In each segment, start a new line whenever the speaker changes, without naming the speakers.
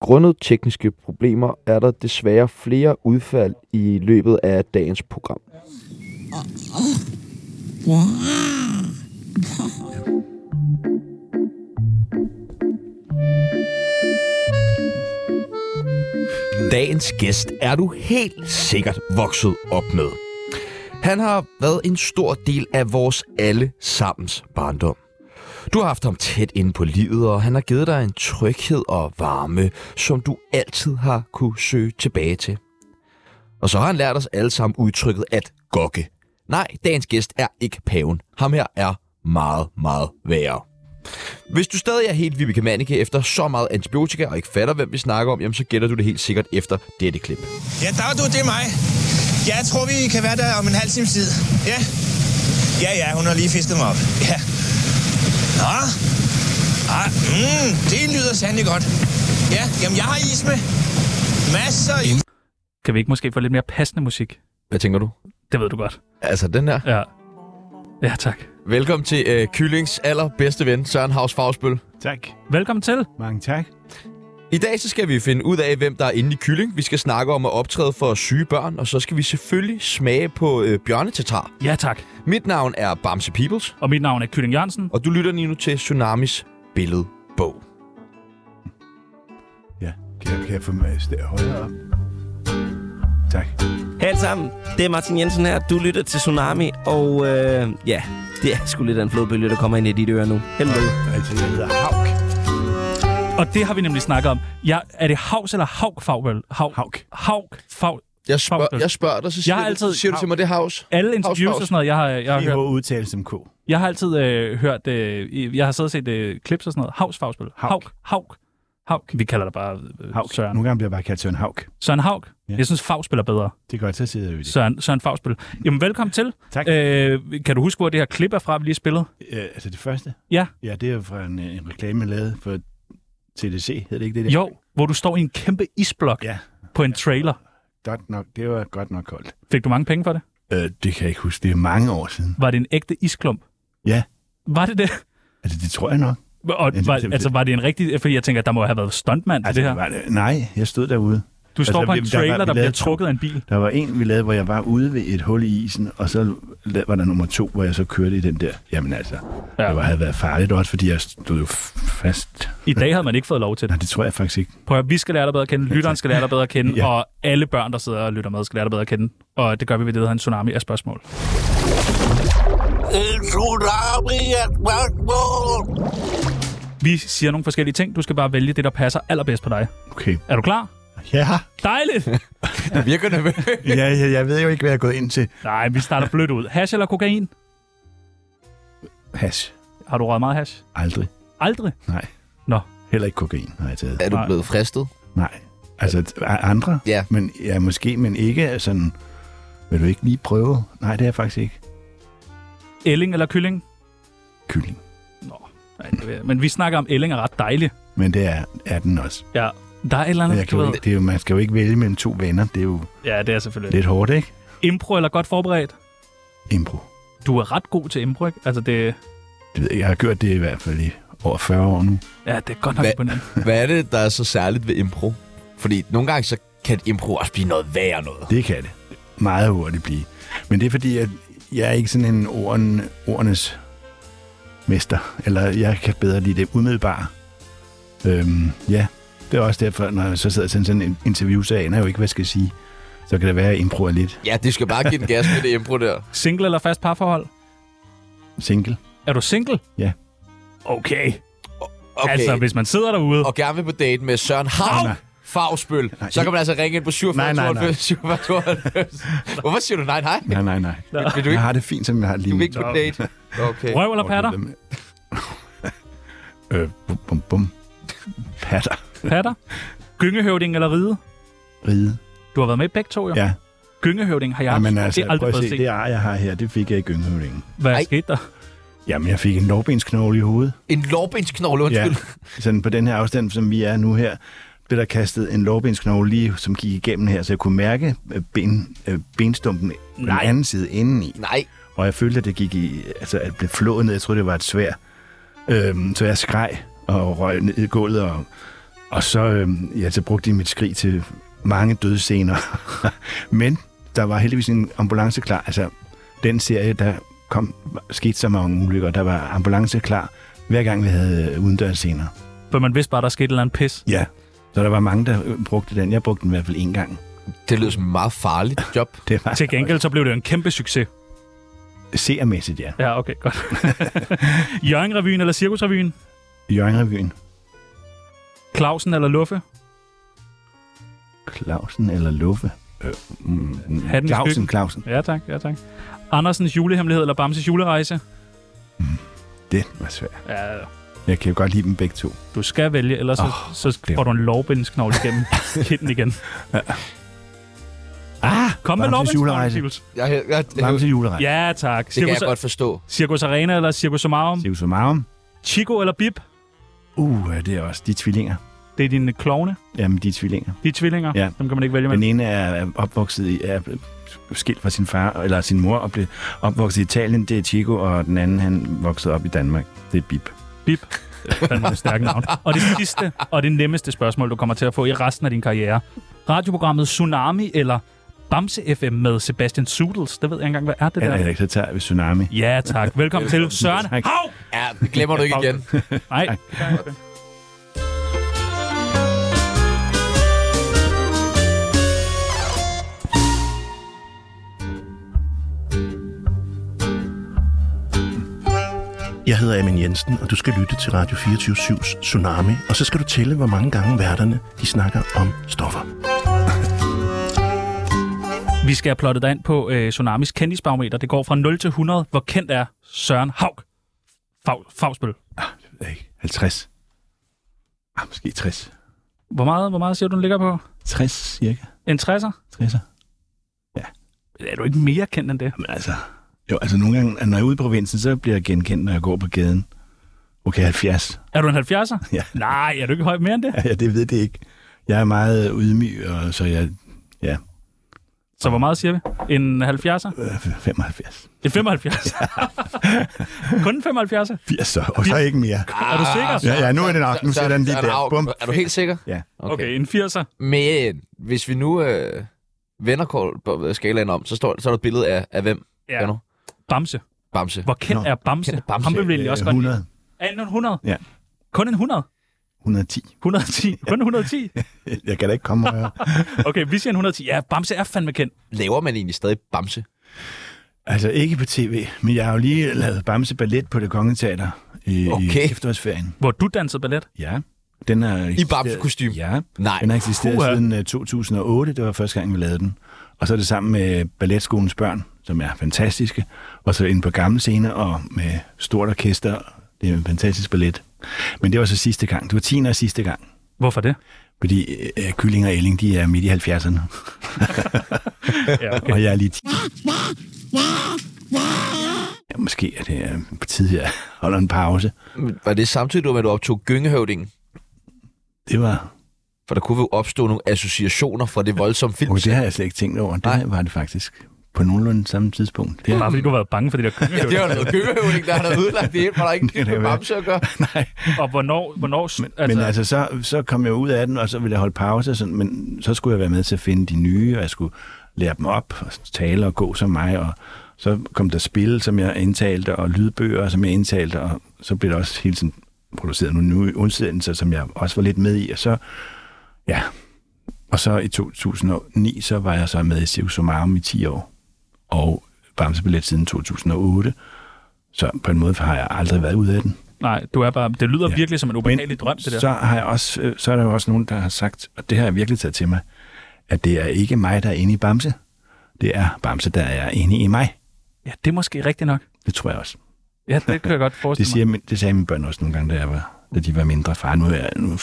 Grundet tekniske problemer er der desværre flere udfald i løbet af dagens program.
Dagens gæst er du helt sikkert vokset op med. Han har været en stor del af vores alle sammens barndom. Du har haft ham tæt inde på livet, og han har givet dig en tryghed og varme, som du altid har kunne søge tilbage til. Og så har han lært os alle sammen udtrykket at gokke. Nej, dagens gæst er ikke paven. Ham her er meget, meget værre. Hvis du stadig er helt Vibeke Manneke efter så meget antibiotika og ikke fatter, hvem vi snakker om, jamen så gætter du det helt sikkert efter dette klip.
Ja, der er du, det er mig. Ja, jeg tror, vi kan være der om en halv times tid. Ja. Ja, ja, hun har lige fisket mig op. Ja. Nå. Ah, mm, det lyder sandelig godt. Ja, jamen jeg har is med. Masser af is.
Kan vi ikke måske få lidt mere passende musik?
Hvad tænker du?
Det ved du godt.
Altså den her.
Ja. Ja, tak.
Velkommen til øh, Kyllings allerbedste ven, Søren Havs Fagsbøl.
Tak.
Velkommen til.
Mange tak.
I dag så skal vi finde ud af, hvem der er inde i Kylling. Vi skal snakke om at optræde for syge børn, og så skal vi selvfølgelig smage på øh, bjørnetatar.
Ja, tak.
Mit navn er Bamse Peoples,
Og mit navn er Kylling Jørgensen.
og du lytter lige nu til Tsunamis billedbog.
Ja. Kan jeg, kan jeg få mig st- højere op? Tak.
Hej alle sammen, det er Martin Jensen her. Du lytter til Tsunami, og øh, ja, det er sgu lidt af en flodbølge, der kommer ind i dit øre nu. Hello.
Altså, jeg hedder Hauk.
Og det har vi nemlig snakket om. Ja, er det Havs eller Hauk Fagbøl? Hauk.
Hauk.
Hauk Fag.
Jeg, spørg,
Fagsbøl.
jeg spørger dig, så siger,
Jeg
jeg
har
altid,
altid-
du, siger du til mig, det er Havs.
Alle interviews
Haus.
og sådan noget, jeg har, jeg har
Det
hørt.
må udtales som K.
Jeg har altid øh, hørt, øh, i- jeg har siddet og set øh, clips og sådan noget. Havs Fagbøl.
Hauk.
Hauk. Hauk. Hauk. Vi kalder dig bare øh,
Hauk.
Søren.
Nogle gange bliver jeg bare kaldt Søren Hauk.
Søren Hauk.
Ja.
Jeg synes, Fagbøl er bedre.
Det er godt, så sidder jeg jo i det.
Søren, Søren Fagbøl. Jamen, velkommen til.
Tak.
Øh, kan du huske, hvor det her klip er fra, vi lige spillede?
Øh, altså det første?
Ja.
Ja, det er jo fra en, øh, en reklame, jeg lavede for TDC, hed det ikke det der?
Jo, hvor du står i en kæmpe isblok
Ja,
på en trailer.
godt nok. Det var godt nok koldt.
Fik du mange penge for det?
Øh, det kan jeg ikke huske. Det er mange år siden.
Var det en ægte isklump?
Ja.
Var det det?
Altså, det tror jeg nok.
Og
det-
var,
det-
altså, var det en rigtig... Fordi jeg tænker, der må have været stuntmand altså,
Altså,
det her.
Var det, nej, jeg stod derude.
Du står
altså,
på en
vi- der var-
trailer,
vi
der, der
lavede
bliver
to-
trukket af en bil.
Der var en, vi lavede, hvor jeg var ude ved et hul i isen, og så la- var der nummer to, hvor jeg så kørte i den der. Jamen altså, ja. det var, havde været farligt også, fordi jeg stod jo f- fast.
I dag havde man ikke fået lov til det.
Nej, det tror jeg faktisk ikke.
Prøv at, høre, vi skal lære dig bedre at kende, lytteren skal lære dig bedre at kende, ja.
Ja.
og alle børn, der sidder og lytter med, skal lære dig bedre at kende. Og det gør vi ved det, der hedder en tsunami af spørgsmål. Vi siger nogle forskellige ting. Du skal bare vælge det, der passer allerbedst på dig.
Okay.
Er du klar?
Ja.
Dejligt!
Du virker nervøs.
ja, ja, jeg ved jo ikke, hvad jeg er gået ind til.
Nej, vi starter blødt ud. Hash eller kokain?
Hash.
Har du røget meget hash?
Aldrig.
Aldrig.
Nej.
Nå.
Heller ikke kokain har jeg taget.
er du
Nej.
blevet fristet?
Nej. Altså, t- a- andre?
Ja.
Men ja, måske, men ikke sådan... Vil du ikke lige prøve? Nej, det er jeg faktisk ikke.
Elling eller kylling?
Kylling.
Nå. Nej, det ved jeg. Men vi snakker om, at Elling er ret dejlig.
Men det er, er den også.
Ja. Der er et eller
Men
andet,
jeg kan
du
jo,
ved.
ikke- det er jo, man skal jo ikke vælge mellem to venner. Det er jo
Ja, det er selvfølgelig.
lidt hårdt, ikke?
Impro eller godt forberedt?
Impro.
Du er ret god til impro, ikke? Altså, det,
Det ved jeg, jeg har gjort det i hvert fald i over 40 år nu.
ja, det er godt nok
Hvad-
imponerende.
Hvad er det, der er så særligt ved impro? Fordi nogle gange så kan et impro også blive noget værre noget.
Det kan det. Meget hurtigt blive. Men det er fordi, at jeg er ikke sådan en orden, ordenes mester. Eller jeg kan bedre lide det umiddelbare. Øhm, ja, det er også derfor, når jeg så sidder til sådan en interview, så aner jeg jo ikke, hvad jeg skal sige. Så kan det være, at jeg improver lidt.
Ja, det skal bare give den gas med det impro der.
Single eller fast parforhold?
Single.
Er du single?
Ja.
Okay. okay.
Okay.
Altså, hvis man sidder derude...
og gerne vil på date med Søren Havn
Nej.
Fagsbøl,
Nej.
så kan man altså ringe ind på 47
Nej, nej, nej.
92 47 92. Hvorfor siger du nej, nej?
Nej, nej, nej.
Vil du
Jeg
ikke,
har det fint, som jeg har lige
du
nu.
vil ikke på date? Okay.
Røv eller patter?
øh, bum, bum, bum. Patter.
Patter. Gyngehøvding eller ride?
Ride.
Du har været med i begge to, jo.
Ja,
Gyngehøvding har jeg
Jamen,
altså, det er aldrig
prøv
fået
at se,
set.
det ar, jeg har her, det fik jeg i Gynghøvdingen.
Hvad
Ej.
skete der?
Jamen, jeg fik en lårbensknogle i hovedet.
En lårbensknogle, undskyld.
Sådan på den her afstand, som vi er nu her, blev der kastet en lårbensknogle lige, som gik igennem her, så jeg kunne mærke øh, ben, øh, benstumpen på den
Nej.
anden side indeni.
Nej,
Og jeg følte, at det gik i, altså, at det blev flået ned. Jeg troede, det var et svær. Øhm, så jeg skreg og røg ned i gulvet og Og så, øh, ja, så brugte de mit skrig til mange døde scener. Men der var heldigvis en ambulance klar. Altså, den serie, der kom, skete så mange ulykker. Der var ambulance klar, hver gang vi havde øh, udendørs scener.
For man vidste bare, der skete et eller andet pis.
Ja. Så der var mange, der øh, brugte den. Jeg brugte den i hvert fald en gang.
Det lyder som et meget farligt job.
Det var
Til gengæld så blev det jo en kæmpe succes.
seermæssigt, ja.
Ja, okay, godt. Jørgen-revyen eller Cirkusrevyen?
Jørgen Revyen.
Clausen eller Luffe?
Clausen eller Luffe? Øh, mm, mm,
Hatten i
Clausen,
skyggen.
Clausen.
Ja tak, ja tak. Andersens julehemmelighed eller Bamses julerejse?
Det var svært.
Ja,
Jeg kan jo godt lide dem begge to.
du skal vælge, ellers oh,
Åh,
så, så
det-
får du en lovbindsknogle igennem kitten igen.
Ah,
Kom med
Bamses
lovbindsknoglen,
julerejse.
Sivels.
Jeg, jeg, jeg,
Bamse julerejse.
Ja tak.
det kan
Cirkus,
jeg godt forstå.
Cirkus Arena eller Cirkus Somarum?
Sivus og Marum.
Chico eller Bip?
Uh, det er også de er tvillinger.
Det er dine klovne,
Jamen, de er tvillinger.
de er tvillinger.
Ja.
Dem kan man ikke vælge
Den
med.
ene er er opvokset i, er skilt fra sin far, eller sin mor, og blev opvokset i Italien, det er Chico, og den anden, han voksede op i Danmark, det er Bip.
Bip. Det er fandme et stærkt navn. Og det sidste og det nemmeste spørgsmål, du kommer til at få i resten af din karriere. Radioprogrammet Tsunami eller Bamse FM med Sebastian Sudels? Det ved jeg ikke engang, hvad er det
Eller
der?
ikke, så tager vi Tsunami.
Ja tak. Velkommen til Søren
Tak.
Hav!
Ja, det glemmer du ikke igen.
Nej.
Jeg hedder Amin Jensen, og du skal lytte til Radio 24-7's Tsunami, og så skal du tælle, hvor mange gange værterne de snakker om stoffer.
Vi skal have plottet dig ind på øh, Tsunamis kendisbarometer. Det går fra 0 til 100. Hvor kendt er Søren Haug? Fag, Fagsbøl.
Ej, 50. Ah, måske 60.
Hvor meget, hvor meget siger du, den ligger på?
60 cirka.
En 60'er?
60'er.
Er du ikke mere kendt end det?
Men altså, jo, altså nogle gange, når jeg er ude i provinsen, så bliver jeg genkendt, når jeg går på gaden. Okay, 70.
Er du en 70'er?
Ja.
Nej, er du ikke høj mere end det?
Ja, det ved det ikke. Jeg er meget ydmyg, og så er jeg
Så hvor meget siger vi? En 70'er?
øh, 75.
En 75'er? Kun en 75'er?
80 så, og så ikke mere.
Er du sikker?
Ja, ja, nu er det nok. Nu
Ah, Søren-
sætter den lige
Søren
der.
Hauch,
Bum.
Er du helt sikker?
Ja.
Okay, en 80'er.
Men hvis vi nu øh, vender kål- på øh, skalaen om, så, står, så er der et billede af, af hvem?
Ja.
Hvad nu?
Bamse.
Bamse.
Hvor kendt
Nå,
er Bamse?
kendt er Bamse.
Ham vil vi egentlig også
Øh,
godt lide.
100.
Er en 100?
Ja.
Kun en 100?
110.
110? Kun 110?
Jeg kan da ikke komme højere.
Okay, vi siger en 110. Ja, Bamse er fandme kendt.
Laver man egentlig stadig Bamse?
altså, ikke på tv, men jeg har jo lige lavet Bamse Ballet på det Kongelige Teater i, okay.
Okay.
i efterårsferien.
Hvor du dansede ballet?
Ja. Den er
I Bamse-kostyme?
Ja.
Nej.
Den har eksisteret
Puha.
siden øh, 2008. Det var første gang, vi lavede den. Og så er det sammen med Balletskoens børn, som er fantastiske. Og så inde på gamle scener og med stort orkester. Det er en fantastisk ballet. Men det var så sidste gang. Det var 10. og sidste gang.
Hvorfor det?
Fordi øh, øh, Kylling og Elling, de er midt i 70'erne.
Ja, okay.
Og jeg er lige... ti- Ja, måske er det øh, på tide, jeg holder en pause.
Var det samtidig med, at du optog gyngehøvdingen?
Det var...
For der kunne jo opstå nogle associationer fra det voldsomme film.
Okay, det har jeg slet ikke tænkt over. Det
Nej.
var det faktisk på nogenlunde samme tidspunkt. Det
Bare fordi du har været bange for det der
Ja, det
køkken.
var noget gyngehøvding, der har noget udlagt det hele, for der er ikke
Det
en
kan
med
være.
Bamse at gøre.
Nej,
Og hvornår... hvornår
men altså, men altså så, så kom jeg ud af den, og så ville jeg holde pause, og sådan, men så skulle jeg være med til at finde de nye, og jeg skulle lære dem op, og tale og gå som mig, og så kom der spil, som jeg indtalte, og lydbøger, som jeg indtalte, og så blev der også hele tiden produceret nogle nye udsendelser, som jeg også var lidt med i, og så, ja, og så i 2009, så var jeg så med i Circus Somarum i 10 år, og Bamsebillet siden 2008, så på en måde har jeg aldrig været ude af den.
Nej, du er bare... Det lyder ja.
Ja.
virkelig som en ubehagelig drøm, det der.
Så, har jeg også, øh, så er der jo også nogen, der har sagt, og det har jeg virkelig taget til mig, at det er ikke mig, der er inde i Bamse. Det er Bamse, der er inde i mig.
Ja, det er måske rigtigt nok.
Det tror jeg også.
Ja, det kan jeg godt forestille
Det, siger, min- det sagde mine børn også nogle gange, da, jeg var, da de var mindre. Far, nu er, nu,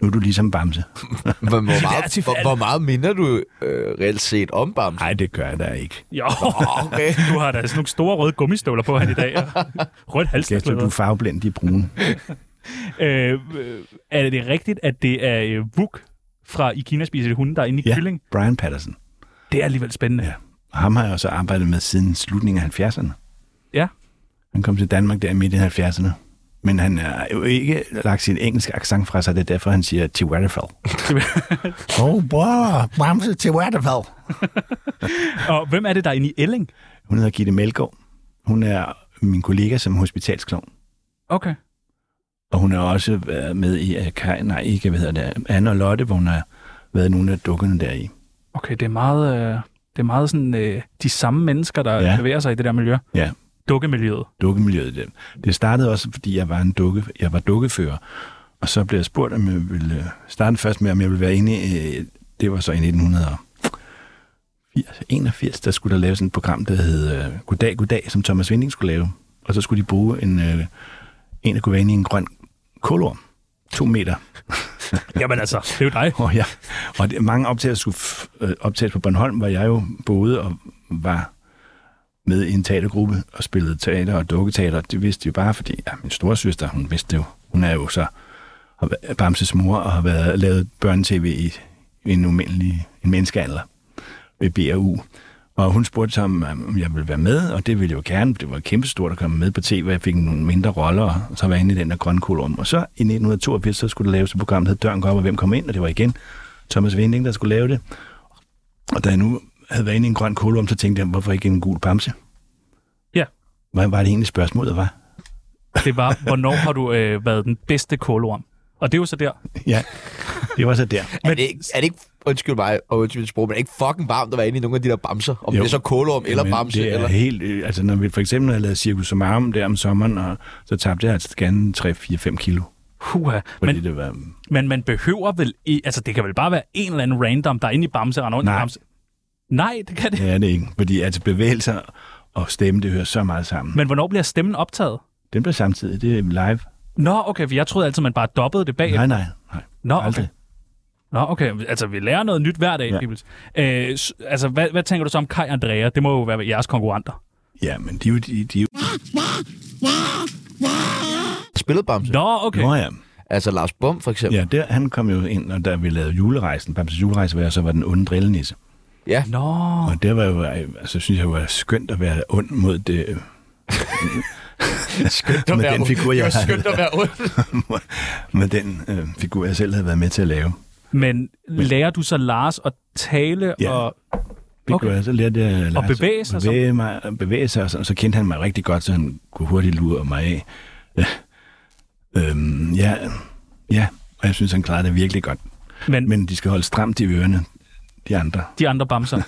nu er du ligesom Bamse.
Hvor, hvor, meget, hvor, hvor meget minder du øh, reelt set om Bamse?
Nej, det gør jeg da ikke.
mig. Jo,
Okay.
du har da sådan nogle store røde gummistøvler på han i dag. og Rødt
Gæt, du
halsnøgle.
er farveblind, de er brune.
Øh, øh, er det rigtigt, at det er øh, Vuk fra I Kina spiser de hunde, der er inde i
Ja,
kylling?
Brian Patterson.
Det er alligevel spændende.
Ja. Og ham har jeg også arbejdet med siden slutningen af 70'erne.
Ja.
Han kom til Danmark der midt i 70'erne. Men han har jo ikke lagt sin engelske accent fra sig, det er derfor, han siger til waterfall. oh, bror, bremse til waterfall.
Og hvem er det, der er inde i Elling?
Hun hedder Gitte Melgaard. Hun er min kollega som hospitalsklovn.
Okay.
Og hun har også været med i, øh, Kaj, nej, ikke, hvad hedder det, Anne og Lotte, hvor hun har været nogle af dukkerne der i.
Okay, det er meget, øh, det er meget sådan, øh, de samme mennesker, der ja.
Ja.
bevæger sig i det der miljø.
Ja.
Dukkemiljøet.
dukkemiljøet. Det- Det startede også, fordi jeg var en dukke, jeg var dukkefører, og så blev jeg spurgt, om jeg ville øh, starte først med, om jeg ville være inde i, øh, det var så i 1981, 81, der skulle der laves et program, der hed øh, Goddag, Goddag, som Thomas Vinding skulle lave. Og så skulle de bruge en, øh, en der kunne være inde i en grøn kolorm. To meter.
Jamen altså, det er jo dig.
Og, jeg, og det, mange optagelser skulle f- øh, optages på Bornholm, hvor jeg jo boede og var med i en teatergruppe og spillede teater og dukketeater. Det vidste de jo bare, fordi ja, min storesøster, hun vidste det jo. Hun er jo så har væ- Bamses mor og har været, lavet børnetv i en umindelig en menneskealder ved BRU. Og hun spurgte så, om om jeg ville være med, og det ville jeg jo gerne. Det var kæmpestort at komme med på tv, og jeg fik nogle mindre roller, og så var jeg inde i den der grønne kolum. Og så i 1982, så skulle der laves et program, der hed Døren går op, og hvem kom ind? Og det var igen Thomas Vinding, der skulle lave det. Og da jeg nu havde været inde i en grøn kolum, så tænkte jeg, hvorfor ikke en gul bamse?
Ja.
Hvad var det egentlig spørgsmålet, var?
Det var, hvornår har du øh, været den bedste kolorm? Og det er jo så der.
Ja, det var så der.
Er det, ikke, er det ikke, undskyld mig og undskyld mit sprog, men er det ikke fucking varmt at være inde i nogle af de der bamser? Om jo.
Jo.
det er så kolorm eller
Jamen,
bamse,
det er
eller...
helt... øh, Altså, når vi for eksempel havde lavet Cirkus Samarum der om sommeren, og så tabte jeg altså gerne 3-4-5 kilo,
Huha.
fordi
Men,
Men... det var...
men man behøver vel... I, altså, det kan vel bare være en eller anden random, der er inde i Bamse og render rundt i
Nej.
Bamse? Nej, det kan det.
Det er det ikke, fordi altså bevægelser og stemme, det hører så meget sammen.
Men hvornår bliver stemmen optaget?
Den bliver samtidig, det er live.
Nå, okay, for jeg troede altid, man bare dobbede det bag.
Nej, nej, nej.
Nå, okay.
Aldrig.
Nå, okay. Altså, vi lærer noget nyt hver dag,
Ja.
ja. øh, s- Altså, hvad, hvad tænker du så om Kai og Andrea? Det må jo være jeres konkurrenter.
Ja, men de, er jo- de, de, er jo-
Spillet bamse.
Nå, okay.
Nå ja.
Altså Lars Bum, for eksempel.
ja der, han kom jo ind, og da vi lavede julerejsen, Bamses julerejse, hvor jeg så var den onde drillenisse.
Ja.
Nå,
Og der var jo, altså synes jeg, det var skønt at være ond mod det, øh,
Skønt
Med den
ond.
figur, jeg
Det var
har.
skønt at være ond.
med den øh, figur, jeg selv havde været med til at lave.
men lærer du så Lars at tale
Ja.
og...
Det
Okay.
okay. jeg så lærte jeg at Lars
bevæge sig
at øh, altså, bevæge, mig, at bevæge sig, og sådan, så kendte han mig rigtig godt, så han kunne hurtigt lure mig af. Ja. Øhm, ja, ja, og jeg synes, han klarede det virkelig godt.
Men, men
Men de skal holde stramt i ørerne, de andre,
de andre Bamser?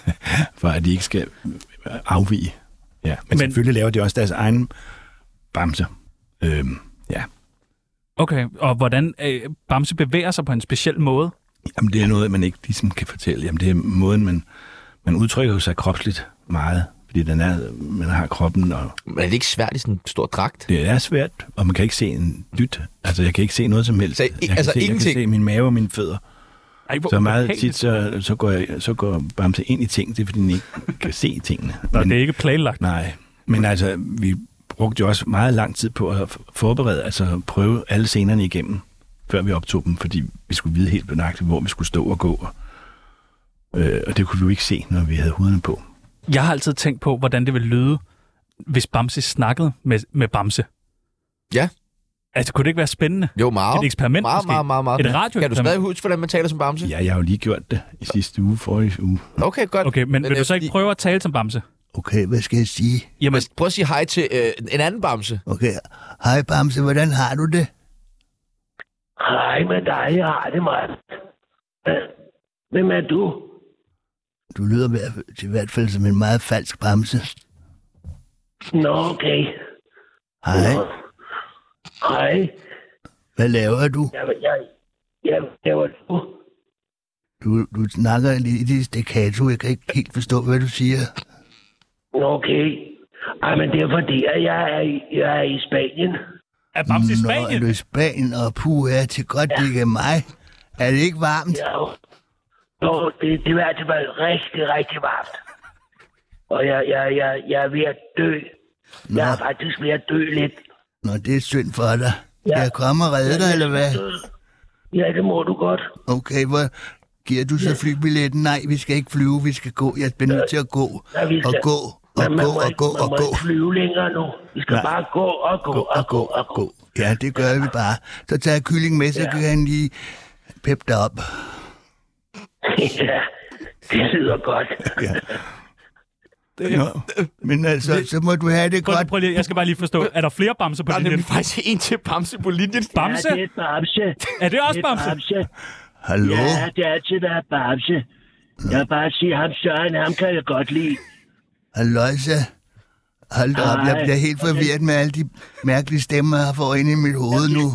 for at de ikke skal øh, afvige. Ja, men, men selvfølgelig laver de også deres egen bamser. Øhm, ja,
Okay, og hvordan øh, Bamse bevæger sig på en speciel måde?
Jamen, det er noget, man ikke ligesom kan fortælle. Jamen, det er måden, man, man udtrykker jo sig kropsligt meget, fordi den er, man har kroppen, og
Men er det ikke svært i sådan en stor dragt?
det er svært, og man kan ikke se en dyt. Altså, jeg kan ikke se noget som helst.
Så i-
jeg, kan
altså
se, jeg kan
ingenting?
se min mave og mine fødder.
Ej, hvor
Så meget
ubehageligt.
tit, så, så, går jeg, så går Bamse ind i ting, det er, fordi den ikke kan se tingene.
Nå, det er ikke planlagt.
Nej, men altså, vi brugte jo også meget lang tid på at f- forberede, altså prøve alle scenerne igennem, før vi optog dem, fordi vi skulle vide helt nøjagtigt, hvor vi skulle stå og gå. Og, øh, og det kunne vi jo ikke se, når vi havde huderne på.
Mm.
Jeg har altid tænkt på, hvordan det ville lyde, hvis Bamse snakkede med, med Bamse.
Ja.
Altså, kunne det ikke være spændende?
Jo, meget.
Et eksperiment
meget,
måske?
meget, meget, meget.
Et
Kan du
radioeksperiment?
stadig huske, hvordan man taler som bamse?
Ja, jeg har jo lige gjort det i sidste uge, forrige uge.
Okay, godt.
Okay, men vil
øh,
du så ikke
fordi-
prøve at tale som Bamse?
Okay, hvad skal jeg sige?
Jamen,
Prøv at sige hej til øh, en anden bamse.
Okay, hej Bamse, hvordan har du det?
Hej med dig, jeg har det meget. Øh, Hvem er du?
Du lyder i hvert fald- i hvert fald som en meget falsk Bamse.
Nå, okay.
Hej,
Hej.
hvad laver du?
Jeg, jeg, jeg, jeg var du.
Du, du snakker lidt i staccato, jeg kan ikke helt forstå, hvad du siger.
Nå, okay. Ej, men det er fordi, at jeg er, i- jeg er i Spanien.
er Bamse i
Nå, er
Spanien?
du i Spanien, og puh, er til godt, det ikke er mig. Er det ikke varmt?
Ja. Nå, det, det var altid været rigtig, rigtig varmt. Og jeg, jeg, jeg, jeg er ved at dø. Jeg er faktisk ved at dø lidt.
Nå, det er synd for dig. Skal
Ja.
jeg komme og redde dig, eller hvad?
Ja, det må du godt.
Okay, hvor giver du så flybilletten? Nej, vi skal ikke flyve, vi skal gå. Jeg bliver nødt til at gå.
Ja, vi
Og
skal-
gå,
Men man
gå,
må
og
ikke-
gå,
man
og
må
gå.
ikke flyve længere nu. Vi skal
Nej.
bare gå og gå,
Gå og gå og gå. Ja, det gør vi bare. Så tager jeg kylling med, så
Ja.
kan han lige peppe dig op.
ja, det lyder godt.
Nå. Men altså, så må du have det
Prøv,
godt.
prøv lige, jeg skal bare lige forstå. Er der flere bamser på
Der er
linjen?
nemlig faktisk en til Bamse på linjen.
Bamse?
Ja, det er Bamse.
Er det også
Det er
Bamse?
Bamse.
Hallo?
Ja, det har altid været Bamse. Jeg vil bare sige, ham Søren, ham kan jeg godt lide.
Halløjsa. Hold da op, jeg
Ej.
bliver helt forvirret med alle de mærkelige stemmer, jeg får inde i mit hoved nu.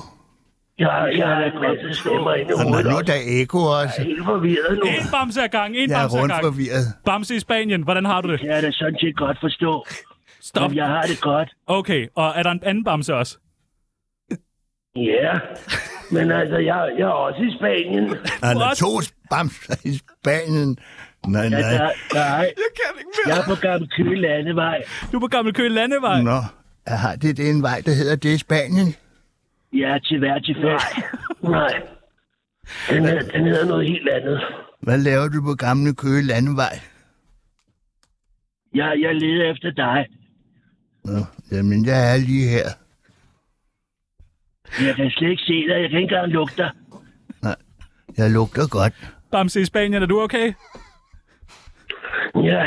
Jeg, jeg har en masse stemmer inde i
Og når
hovedet.
nu er
også.
der ekko også.
Jeg er helt forvirret nu.
En bamse ad gangen, en
Jeg er
bamse ad
rundt
gangen.
forvirret.
Bamse i Spanien, hvordan har du det?
Jeg er da sådan set godt forstå.
Stop.
Men jeg har det godt.
Okay, og er der en anden bamse også?
Ja. Men altså, jeg, jeg er også i Spanien.
Der er
What?
to bamser i Spanien. Nej,
Ja,
nej.
der, Altså, nej. Jeg kan ikke mere. Jeg er på Gamle Køge Landevej.
Du er på Gammel Køge Landevej.
Nå, aha, det er en vej, der hedder det i Spanien.
Jeg er til hver til færd. Nej. Den, her, den hedder noget helt andet.
Hvad laver du på gamle Køge Landevej?
Jeg, jeg leder efter dig.
Nå, jamen, jeg er lige her.
Jeg kan slet ikke se dig. Jeg kan ikke engang lugte dig.
Jeg lugter godt.
Bamse i Spanien, er du okay?
Ja.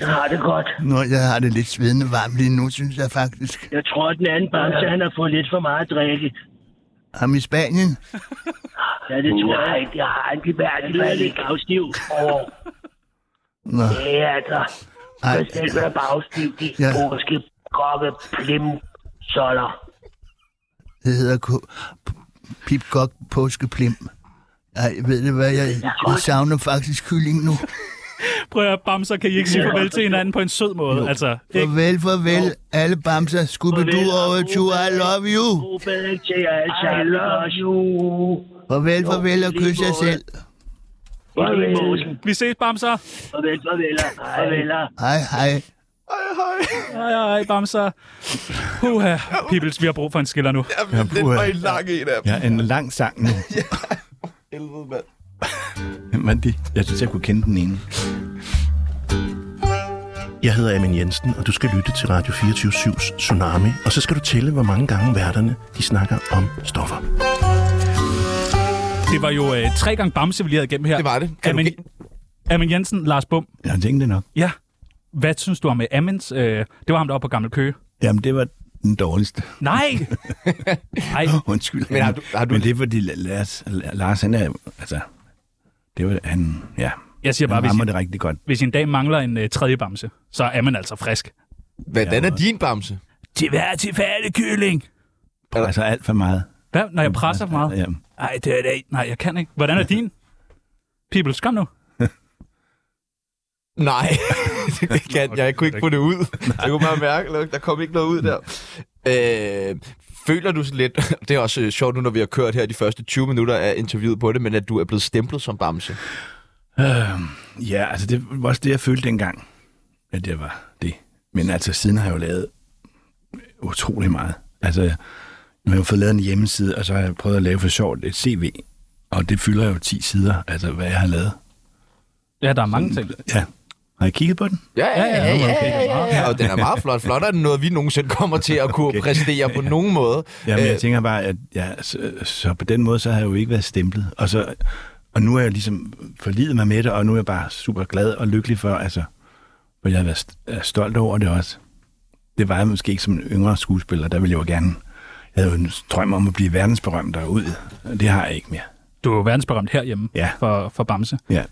Jeg har det godt.
Nå, jeg har det lidt svedende varmt lige nu, synes jeg faktisk.
Jeg tror, at den anden bamse, han har fået lidt for meget at drikke.
Ham i Spanien?
Ja, det tror jeg. Nej, det har han i hvert fald ikke. Bagstiv. Åh,
Nå,
det er altså.
ej,
Jeg skal være bagstiv. De
Ja.
polske kokke plim soller.
det hedder ko- p- pipgok påskeplim. Ej, ved du hvad, jeg, jeg savner faktisk kylling nu.
Prøv at høre, bamser, kan I ikke sige farvel til hinanden på en sød måde? Altså, ikke?
Farvel, farvel, alle bamser. Scooby-Doo over to, I love you.
God bedring til jer alle sammen. I love you.
Farvel, farvel og
lige
kys jer
måde.
selv.
Farvel.
Vi ses, bamser.
Farvel, farvel. Farvel.
Hej, hej.
Ej, ej, bamser. Puha, Pibels, vi har brug for en skiller nu.
Den var en lang en af dem.
Ja, en lang sang nu.
Helvede, mand.
Men de, jeg synes, jeg kunne kende den ene.
Jeg hedder Amin Jensen, og du skal lytte til Radio 24-7's Tsunami, og så skal du tælle, hvor mange gange værterne de snakker om stoffer.
Det var jo øh, tre gange bamse, vi lige havde igennem her.
Det var det. Kan
Amin,
du...
Amin Jensen, Lars Bum.
Jeg har tænkt det nok.
Ja. Hvad synes du om øh, Amins? Øh, det var ham, der var på Gammel Køge.
Jamen, det var den dårligste.
Nej! Nej,
Undskyld.
Men har du- har du-
Men det er fordi, Lars, Lars han er... Altså, det var, han, ja,
jeg siger bare,
han
hvis
rammer
I,
det rigtig godt.
hvis I en dag mangler en øh, tredje bamse, så er man altså frisk.
Hvordan er din bamse?
Til hver til færdig kylling.
Presser Altså, alt for meget.
Hvad? Når jeg presser for meget?
Ja.
Ej, det er det ikke. Nej, jeg kan ikke. Hvordan er din? Peoples, kom nu.
Nej, det kan, jeg kunne ikke få det ud. Jeg kunne bare mærke, at der kom ikke noget ud der. Øh, føler du sådan lidt, det er også øh, sjovt nu, når vi har kørt her de første 20 minutter af interviewet på det, men at du er blevet stemplet som bamse?
ja, altså det var også det, jeg følte dengang, at det var det. Men altså, siden har jeg jo lavet utrolig meget. Altså, jeg har jo fået lavet en hjemmeside, og så har jeg prøvet at lave for sjovt et CV. Og det fylder jo 10 sider, altså hvad jeg har lavet.
Ja, der er mange ting.
Ja. Har I kigget på den?
Ja, ja, ja. ja,
Okay, det er meget.
ja. Og den er meget flot. Flottere end noget, vi nogensinde kommer til at kunne okay. præstere på nogen måde.
Ja, men jeg
Øh,
tænker bare, at ja, så, så på den måde, så har jeg jo ikke været stemplet. Og, så, og nu er jeg ligesom forlidet mig med det, og nu er jeg bare super glad og lykkelig for, altså, for jeg har været st- er stolt over det også. Det var jeg måske ikke som en yngre skuespiller, der ville jeg jo gerne... Jeg havde jo en drøm om at blive verdensberømt derude. og Det har jeg ikke mere.
Du er jo verdensberømt herhjemme
Ja.
for, for bamse.
Ja.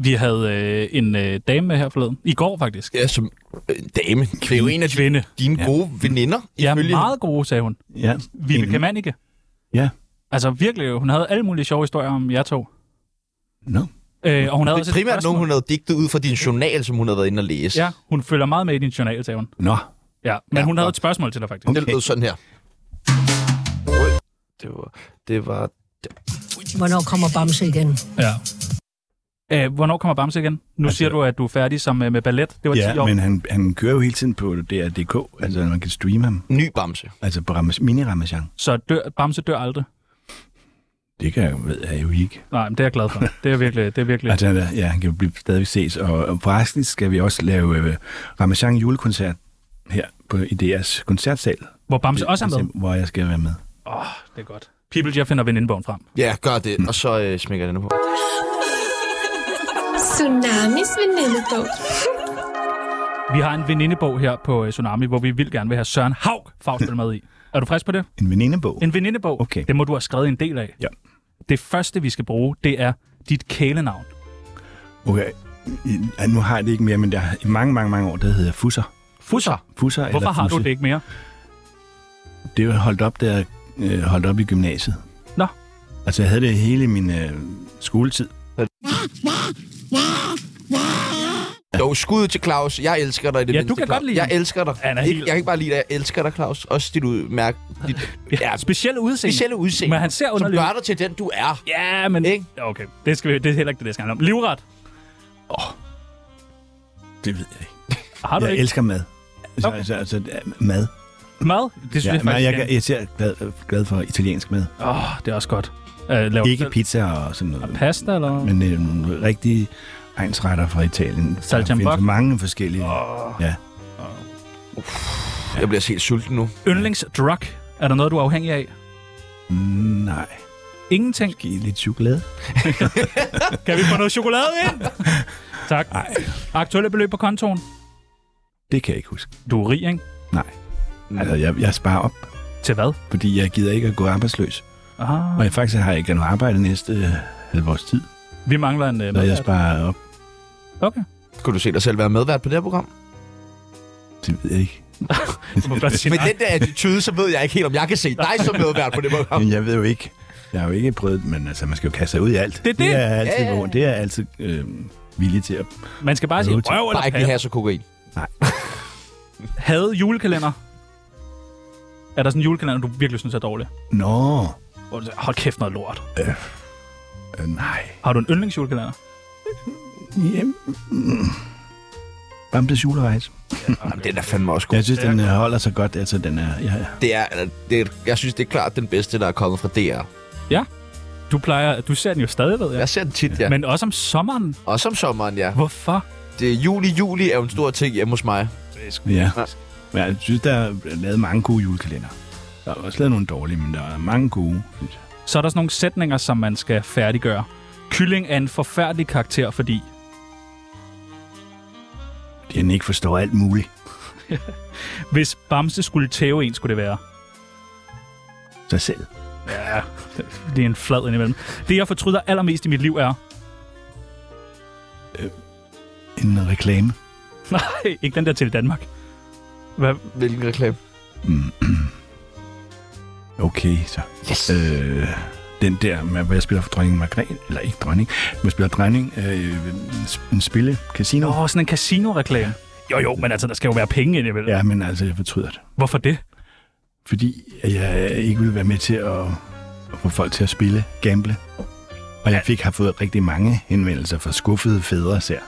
Vi havde øh, en øh, dame med her forleden. I går faktisk.
ja, som øh, dame. Det er jo en af dine,
Kvinde.
dine gode veninder.
Ja,
ifølge- Mhm.
meget gode, sagde hun.
ja.
Vibeke Mannicke.
Ja.
Altså virkelig, hun havde alle mulige sjove historier om jer to.
Nå.
Øh, og hun havde
Det
også
er
et
primært
spørgsmål.
nogen, hun havde digtet ud fra din journal, som hun havde været inde og læse.
Ja, hun følger meget med i din journal, sagde hun.
Nå.
Ja, men
Ja,
hun havde
og-
et spørgsmål til dig faktisk.
Det lød sådan her.
Det var, det var
Hvornår kommer Bamse igen?
Ja. Øh, hvornår kommer Bamse igen? Nu altså, siger du, at du er færdig som, øh, med ballet. Det var 10
Ja,
år.
men han, han kører jo hele tiden på DR.dk, altså man kan streame ham,
Ny bamse.
altså på Rames, mini Ramazan.
Så dør, Bamse dør aldrig.
Det kan jeg, ved jeg jo ikke.
Nej, men det er jeg glad for. Det er virkelig... Det er virkelig.
Altså, han er- ja, han kan jo blive stadigvæk ses. Og, og forresten skal vi også lave øh, Ramachan julekoncert her på, i DR's koncertsal. Altså,
Hvor Bamse også er med.
Hvor jeg skal være med.
Åh, oh, det er godt. People, jeg finder venindebogen frem.
Ja, gør det, og så øh, smækker jeg den på.
Tsunamis venindebog.
Vi har en venindebog her på øh, Tsunami, hvor vi vildt gerne vil have Søren Haug fagspil med i. Er du frisk på det?
En venindebog.
En venindebog,
Okay.
det må du have skrevet en del af.
Ja.
Det første, vi skal bruge, det er dit kælenavn.
Okay, I- ja, nu har jeg det ikke mere, men der, i mange, mange, mange år, der hedder jeg Fusser.
Fusser.
Fusser
Hvorfor
eller
har du
Fusse.
det ikke mere?
Det var holdt op, der øh, holdt op i gymnasiet.
Nå.
Altså, jeg havde det hele min øh, skoletid.
Jo, skud til Claus. Jeg elsker dig i det
Ja,
mindste,
du kan
Claus.
godt lide
Jeg
ham.
elsker dig.
Han er
Ikke-
helt-
Jeg kan ikke bare lide dig. Jeg elsker dig, Claus. Også dit ud- mærke. Dit ja,
Specielle udseende.
specielle udseende.
Men han ser
Som
underlig ud.
gør dig til den, du er.
Ja, men...
Ikke?
Okay, det, skal vi, det er heller ikke det, det skal handle om. Livret.
Det ved jeg ikke.
Har du
jeg
ikke
elsker mad.
Okay.
Altså, okay. altså, altså, øh, mad.
mad? Det synes
Ja,
jeg
men
faktisk
jeg,
er-
jeg, jeg ser glad, glad for italiensk mad.
Åh, oh, det er også godt. Uh, laver du
Ikke
selv
pizza og sådan noget.
pasta, eller? Men,
Men øh, nogle rigtige egensretter fra Italien. Der
Saltimbocca?
findes mange forskellige. Oh. Ja.
Jeg bliver helt sulten nu.
Yndlingsdrug. Er der noget, du er afhængig af?
Mm, Nej,
Ingenting.
måske lidt chokolade.
Kan vi få noget chokolade ind? tak.
Nej,
Aktuelle beløb på kontoen?
det kan jeg ikke huske.
Du er rig, ikke?
Nej. Altså, jeg, jeg sparer op,
Til hvad?
fordi jeg gider ikke at gå arbejdsløs.
Ah,
Og jeg faktisk har jeg ikke noget arbejde næste øh, halve års tid,
vi mangler en uh,
når jeg sparer op.
Okay.
Kunne du se dig selv være medvært på det her program?
Det ved jeg ikke.
Du må godt sige
Med
nej.
den der attitude, så ved jeg ikke helt, om jeg kan se dig som medvært på det program.
Men jeg ved jo ikke. Jeg har jo ikke prøvet, men altså, man skal jo kaste sig ud i alt.
Det er det.
Det er jeg altid,
Ja, ja,
ja,
ja.
ja. Det er jeg altid øh, villig til at...
Man skal bare sige
Øvrigt.
røv eller
Bare ikke lige
pat.
have så kokain.
Havde julekalender. Er der sådan en julekalender, du virkelig synes er dårlig?
Nå,
Hvor du siger, Hold kæft noget lort.
øh, nej.
Har du en yndlingsjulekalender?
Jamen. Mm. Bamses julerejse.
Jamen, den er fandme også god.
Jeg synes, den øh, holder sig godt. Altså, den er... Ja, ja.
Det er, eller, det er, jeg synes, det er klart den bedste, der er kommet fra DR.
Du plejer, du ser den jo stadig, ved jeg.
Jeg ser den tit, ja.
Men også om sommeren.
Også om sommeren, ja.
Hvorfor?
Det er juli, juli er jo en stor ting hjemme hos mig.
Ja. Men jeg synes, der er lavet mange gode julekalender. Der er også lavet nogle dårlige, men der er mange gode. synes jeg.
Så er der sådan nogle sætninger, som man skal færdiggøre. Kylling er en forfærdelig karakter, fordi...
De han ikke forstår alt muligt.
Hvis Bamse skulle tæve en, skulle det være.
Sig selv.
Ja, det er en flad indimellem. Det, jeg fortryder allermest i mit liv, er...
En reklame.
Nej, ikke den der til Danmark. Hvad?
Hvilken reklame?
Okay, så.
Yes.
Øh, den der, med, hvor jeg spiller for dronning Margrethe, eller ikke dronning, hvor jeg spiller dronning, øh, en spille casino.
Åh, oh, sådan en casino-reklame. Jo, jo, men altså, der skal jo være penge indimellem.
Ja, men altså, jeg fortryder det.
Hvorfor det?
Fordi jeg øh, ikke ville være med til at, at få folk til at spille, gamble. Og jeg fik har fået rigtig mange henvendelser fra skuffede fædre, ser.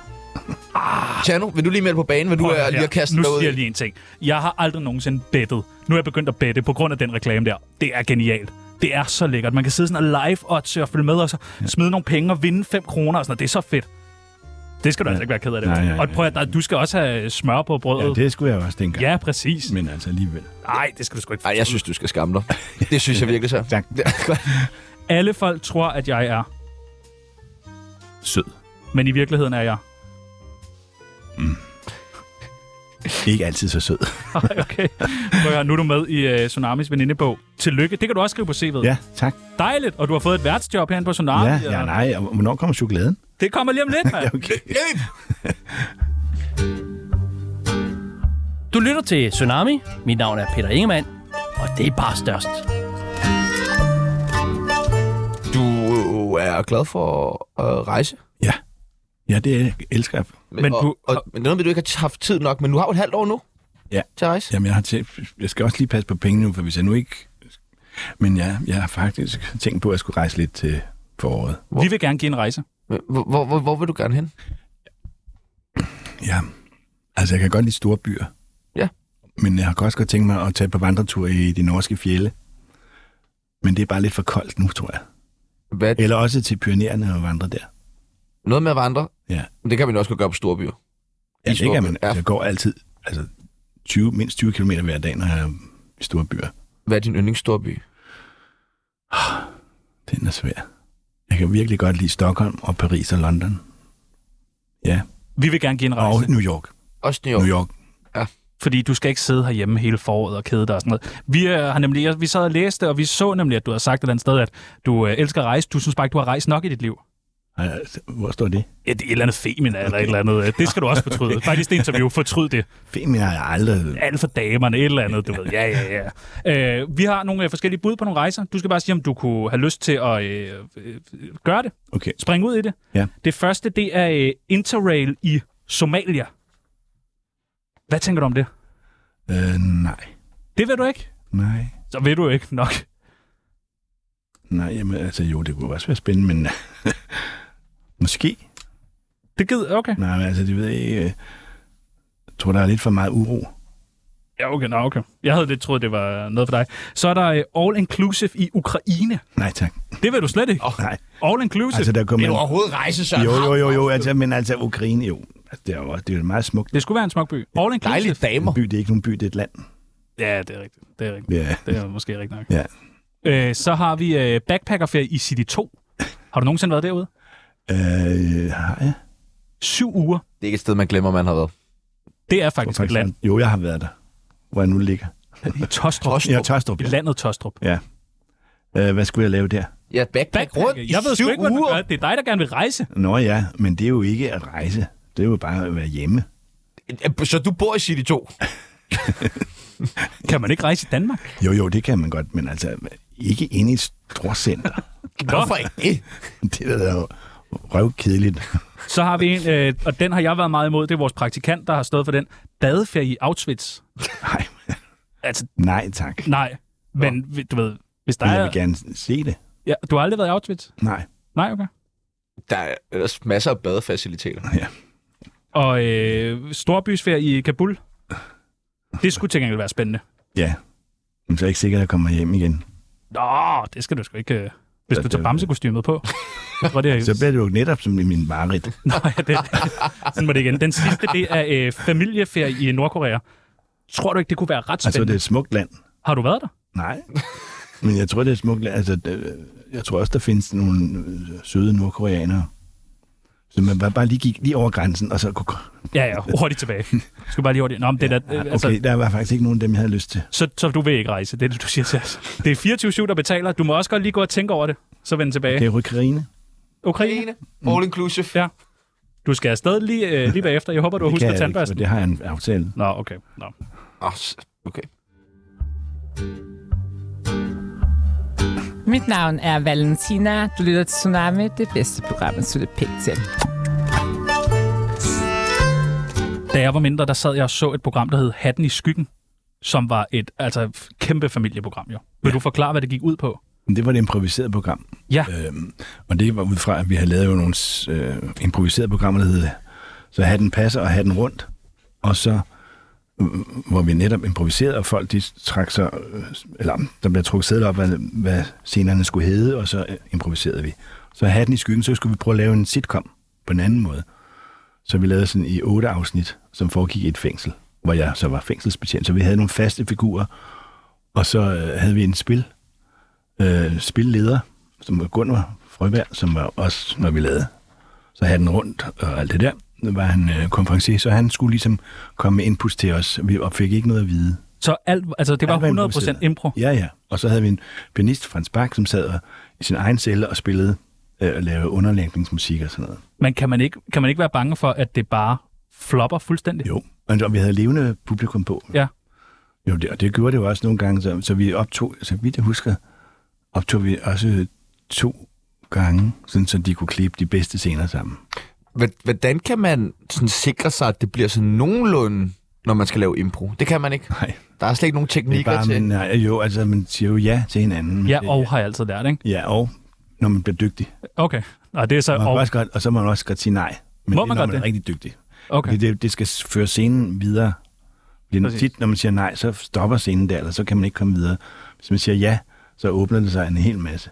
Tjano, vil du lige melde på banen, hvad du
Prøv at
er
høre
lige
her.
at kaste
Nu
derud?
siger jeg lige en ting. Jeg har aldrig nogensinde bettet. Nu er jeg begyndt at bette på grund af den reklame der. Det er genialt. Det er så lækkert. Man kan sidde sådan og live odds og følge med, og så smide nogle penge og vinde 5 kroner og sådan noget. Det er så fedt. Det skal du altså ikke være ked af det.
Nej, nej,
og prøv at der, du skal også have smør på
Ja,
brødet.
det skulle jeg også dengang.
ja præcis.
Men altså alligevel.
Nej, det skal du sgu ikke
Ej, jeg synes, du skal skamme dig. Det synes jeg virkelig så.
Tak.
Alle folk tror, at jeg er,
Sød.
men i virkeligheden er jeg.
Ikke altid så sød.
Ej, okay. Prøv at høre, nu er du med i uh, Tsunamis venindebog. Tillykke. Det kan du også skrive på CV'et.
Ja, tak.
Dejligt, og du har fået et værtsjob herinde på Tsunami.
Ja, Ah, ja,
og-
nej. Og hvornår kommer chokoladen?
Det kommer lige om lidt, mand.
Okay.
Du lytter til Tsunami. Mit navn er Peter Ingemann, og det er bare størst.
Du øh, er glad for at rejse.
Ja. Ja, det elsker jeg.
Men
og,
du-
og, men det er noget med, at du ikke har haft tid nok, men du har jo et halvt år nu
Ja.
til at rejse.
Jamen, jeg, har til, jeg skal også lige passe på pengene nu, for hvis jeg nu ikke... Men ja, jeg har faktisk tænkt på, at jeg skulle rejse lidt til foråret.
Vi vil gerne give en rejse.
Men Hvor, hvor, hvor, hvor vil du gerne hen?
Ja, altså jeg kan godt lide store byer.
Ja.
Men jeg har også godt tænkt mig at tage på vandretur i de norske fjelle. Men det er bare lidt for koldt nu, tror jeg.
Hvad?
Eller også til pionererne og vandre der.
Noget med at vandre?
Ja.
Men det kan man jo også godt gøre på store byer.
Ja, det
Isvåben.
kan man.
Ja.
Jeg går altid altså 20, mindst 20 km hver dag, når jeg er i store byer.
Hvad er din yndlingsstorby?
Den er svær. Jeg kan virkelig godt lide Stockholm og Paris og London. Ja,
Vi vil gerne give en rejse.
og New York.
Også New York.
New York.
fordi du skal ikke sidde herhjemme hele foråret og kede dig og sådan noget. Vi, øh, har nemlig, jeg- vi sad og læste, og vi så nemlig, at du har sagt et eller andet sted, at du øh, elsker at rejse. Du synes bare ikke, du har rejst nok i dit liv.
Ej, altså, Hvor står det?
Et, et eller andet femina eller et eller andet. øh, Det skal du også fortryde. Faktisk det interview, fortryd det.
Femina har jeg aldrig...
Alt for damerne, et eller andet, du ved. Ja, ja, ja. Øh, vi har nogle øh, forskellige bud på nogle rejser. Du skal bare sige, om du kunne have lyst til at øh, øh, gøre det.
Okay.
Spring ud i det.
Ja.
Det første, det er øh, Interrail i Somalia. Hvad tænker du om det?
Øh, nej.
Det ved du ikke.
Nej.
Så ved du ikke nok.
Nej, jamen, altså jo, det kunne også være spændende, men... måske.
Det gider, okay.
Nej, men altså, det ved jeg ikke. øh, Jeg tror, der er lidt for meget uro.
Ja, okay, nå, okay. Jeg havde lidt troet, det var noget for dig. Så er der øh, All Inclusive i Ukraine.
Nej, tak.
Det vil du slet ikke.
Nej.
All Inclusive.
Altså, der
Vil
kommer...
du overhovedet rejse, Søren?
Jo, jo,
Har-
jo, jo, altså, men altså, Ukraine, jo. Altså, det er jo det er jo meget smukt.
det skulle være en smuk by. All Inclusive.
Dejlige damer.
En by, det er ikke nogen by, det er et land.
Ja, det er rigtigt. Det er rigtigt.
Ja.
Det er måske rigtigt nok.
Ja.
Øh, så har vi øh, backpackerferie i City 2. Har du nogensinde været derude?
Øh, har jeg?
Syv uger.
Det er ikke et sted, man glemmer, man har været.
Det er
Hvor
faktisk et
faktisk-
land.
Jo, jeg har været der, hvor jeg nu ligger.
I Tostrup.
Ja, Tostrup.
I landet Tostrup.
Øh, hvad skulle jeg lave der?
Ja, backpack rundt i
Jeg ved
syv
sgu ikke, hvad du
uger.
gør. Det er dig, der gerne vil rejse.
Nå ja, men det er jo ikke at rejse. Det er jo bare at være hjemme.
Så du bor i City 2?
Kan man ikke rejse i Danmark?
Jo, jo, det kan man godt, men altså ikke inde i et storcenter.
Hvorfor ikke det?
det er da jo røvkedeligt.
Så har vi en, øh, og den har jeg været meget imod. Det er vores praktikant, der har stået for den. Badeferie i Auschwitz.
Nej,
Altså,
nej tak.
Nej, men vi- du ved, hvis der
Men jeg
er...
vil gerne se det.
Ja, du har aldrig været i Auschwitz?
Nej.
Nej, okay.
Der er ellers masser af badefaciliteter.
Og øh, storbysferie i Kabul? Det skulle til gengæld være spændende.
Ja. Men så er jeg ikke sikker, at jeg kommer hjem igen.
Nå, det skal du sgu ikke... øh, Hvis du
Ja, det
tager
er-
bamsekostymet på. Jeg tror, det er,
Så bliver det jo netop som i min mareridt.
Nej, det, sådan må det igen. Den sidste, det er øh, familieferie i Nordkorea. Tror du ikke, det kunne være ret
Altså,
spændende?
det er et smukt land.
Har du været der?
Nej. Men jeg tror, det er et smukt land. Altså, det, jeg tror også, der findes nogle øh, søde nordkoreanere. Så man bare- bare lige gik lige over grænsen, og så kunne...
Ja, ja, hurtigt tilbage. Skal bare lige hurtigt. Nå, men det er da, øh,
Okay,
altså,
der var faktisk ikke nogen af dem, jeg havde lyst til.
så, så du vil ikke rejse, det er det, du siger til os. Det er 24-7, der betaler. Du må også godt lige gå og tænke over det, så vende tilbage.
Det er Ukraine.
Ukraine.
Ene, all inclusive.
Ja. Du skal afsted lige, øh, lige bagefter. Jeg håber, du har
det
husket
kan jeg ikke, for
tandbørsten.
det har jeg en aftale.
Nå, okay. Nå.
Åh, s- okay.
Mit navn er Valentina. Du lytter til Tsunami, det bedste program, at slutte pænt til.
Da jeg var mindre, der sad jeg og så et program, der hed Hatten i skyggen, som var et altså, f- kæmpe familieprogram, jo. Vil ja. du forklare, hvad det gik ud på?
Men Det var et improviseret program.
Ja.
Øhm, og det var ud fra, at vi havde lavet jo nogle øh, improviserede programmer, der hed Så den passer og den rundt. Og så, øh, hvor vi netop improviserede, og folk de trak sig, øh, eller der blev trukket sædler op, hvad, hvad scenerne skulle hedde, og så øh, improviserede vi. Så hatten i skyggen, så skulle vi prøve at lave en sitcom på en anden måde. Så vi lavede sådan i otte afsnit, som foregik i et fængsel, hvor jeg så var fængselsbetjent. Så vi havde nogle faste figurer, og så øh, havde vi en spil, øh, spilleder, som var Gunvar Frøberg, som var også, når vi lavede. Så havde den rundt og alt det der. Nu var han øh, konferencier, så han skulle ligesom komme med input til os, og vi og fik ikke noget at vide.
Så alt, altså, det var
Alt var
100%
improviseret.
impro.
Ja, ja. Og så havde vi en pianist, Frans Bak, som sad og, i sin egen celle og spillede øh, og lavede underlægningsmusik og sådan noget.
Men kan man, ikke, kan man ikke være bange for, at det bare flopper fuldstændig?
Jo, og og vi havde levende publikum på.
Ja.
Jo, det, og det gjorde det jo også nogle gange, så, så vi optog, så vidt jeg husker, optog vi også to gange, sådan, så de kunne klippe de bedste scener sammen.
Hva- Hvordan kan man sådan sikre sig, at det bliver sådan nogenlunde, når man skal lave impro? Det kan man ikke.
Nej.
Der er slet ikke nogen
Det er
teknikker
bare,
til.
man, nej, jo, altså, man siger jo ja til hinanden. men
Ja,
det-
og har jeg altid lært, ikke?
Ja, og når man bliver dygtig.
Okay. Nej, det er så
Man og,
og.
også godt, og så må man også godt sige nej. Men
Må
det, er,
man
når
godt
man er
det?
rigtig dygtig.
Okay.
Det, det, det skal s- føre scenen videre. Fordi
Præcis.
tit, når man siger nej, så stopper scenen der, eller så kan man ikke komme videre. Hvis man siger ja, så åbner det sig en hel masse.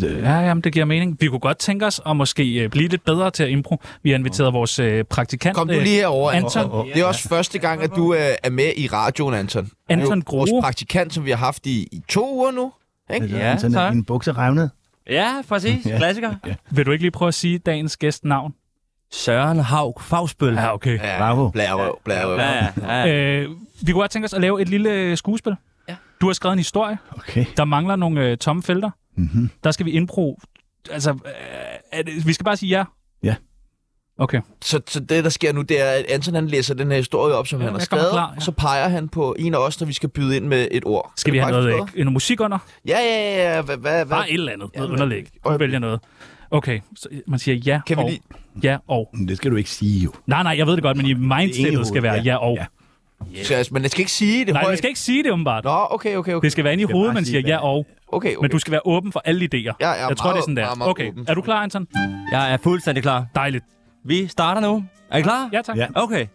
Det,
Ja, jamen, det giver mening. Vi kunne godt tænke os at måske øh, blive lidt bedre til at impro. Vi har inviteret vores øh, praktikant,
Kom du
øh,
lige herover,
Anton.
Anton. Det er også første gang, at du øh, er med i radioen, Anton. Han er jo
Anton Grue.
Vores praktikant, som vi har haft i, i to uger nu. Ikke?
Ja, altså, sådan
tak.
tak. en bukse revnet.
Ja, præcis.
Ja.
Klassiker.
Vil du ikke lige prøve at sige dagens gæst navn?
Søren Haug Fagsbøl.
Ja, okay.
Ja,
Bravo.
blærerøv, blærerøv.
Ja, ja, ja.
Øh, vi kunne godt tænke os at lave et lille øh, skuespil.
Ja.
Du har skrevet en historie.
Okay.
Der mangler nogle øh, tomme felter.
Mm-hmm.
Der skal vi impro... Altså, øh, er det, vi skal bare sige ja.
Ja.
Okay.
Så, så det, der sker nu, det er, at Anton han læser den her historie op, som
Ja,
han har
jeg kommer
skrevet.
klar, ja.
Og så peger han på en af os, når vi skal byde ind med et ord. Er
Skal vi
det
have
korrekt
noget,
forstået?
øh, noget musik under?
Ja, ja, ja, ja. Hvad, hvad, hvad?
Bare et eller andet. Noget
Jamen,
underlæg. Du vælger noget. Okay, så øh, man siger ja
Kan vi
og...
lige-
Ja og...
Men Det skal du ikke sige, jo.
Nej, nej, jeg ved det godt, men i
inde i
mindsetet
hovedet,
skal være ja,
ja.
og.
Ja.
Så, altså, men jeg skal ikke sige det
Nej, man
højt.
skal ikke sige det åbenbart.
Nå, okay, okay, okay.
Det skal være inde i hovedet,
bare
man
sige,
siger ja
hvad-
og.
okay, okay.
Men du skal være åben for alle idéer.
Ja, ja,
jeg tror, det er
meget-
sådan der.
meget, meget
okay,
åben.
er du klar, Anton?
Jeg er fuldstændig klar.
Dejligt.
Vi starter nu. Er I klar?
Ja, tak.
Ja.
Okay.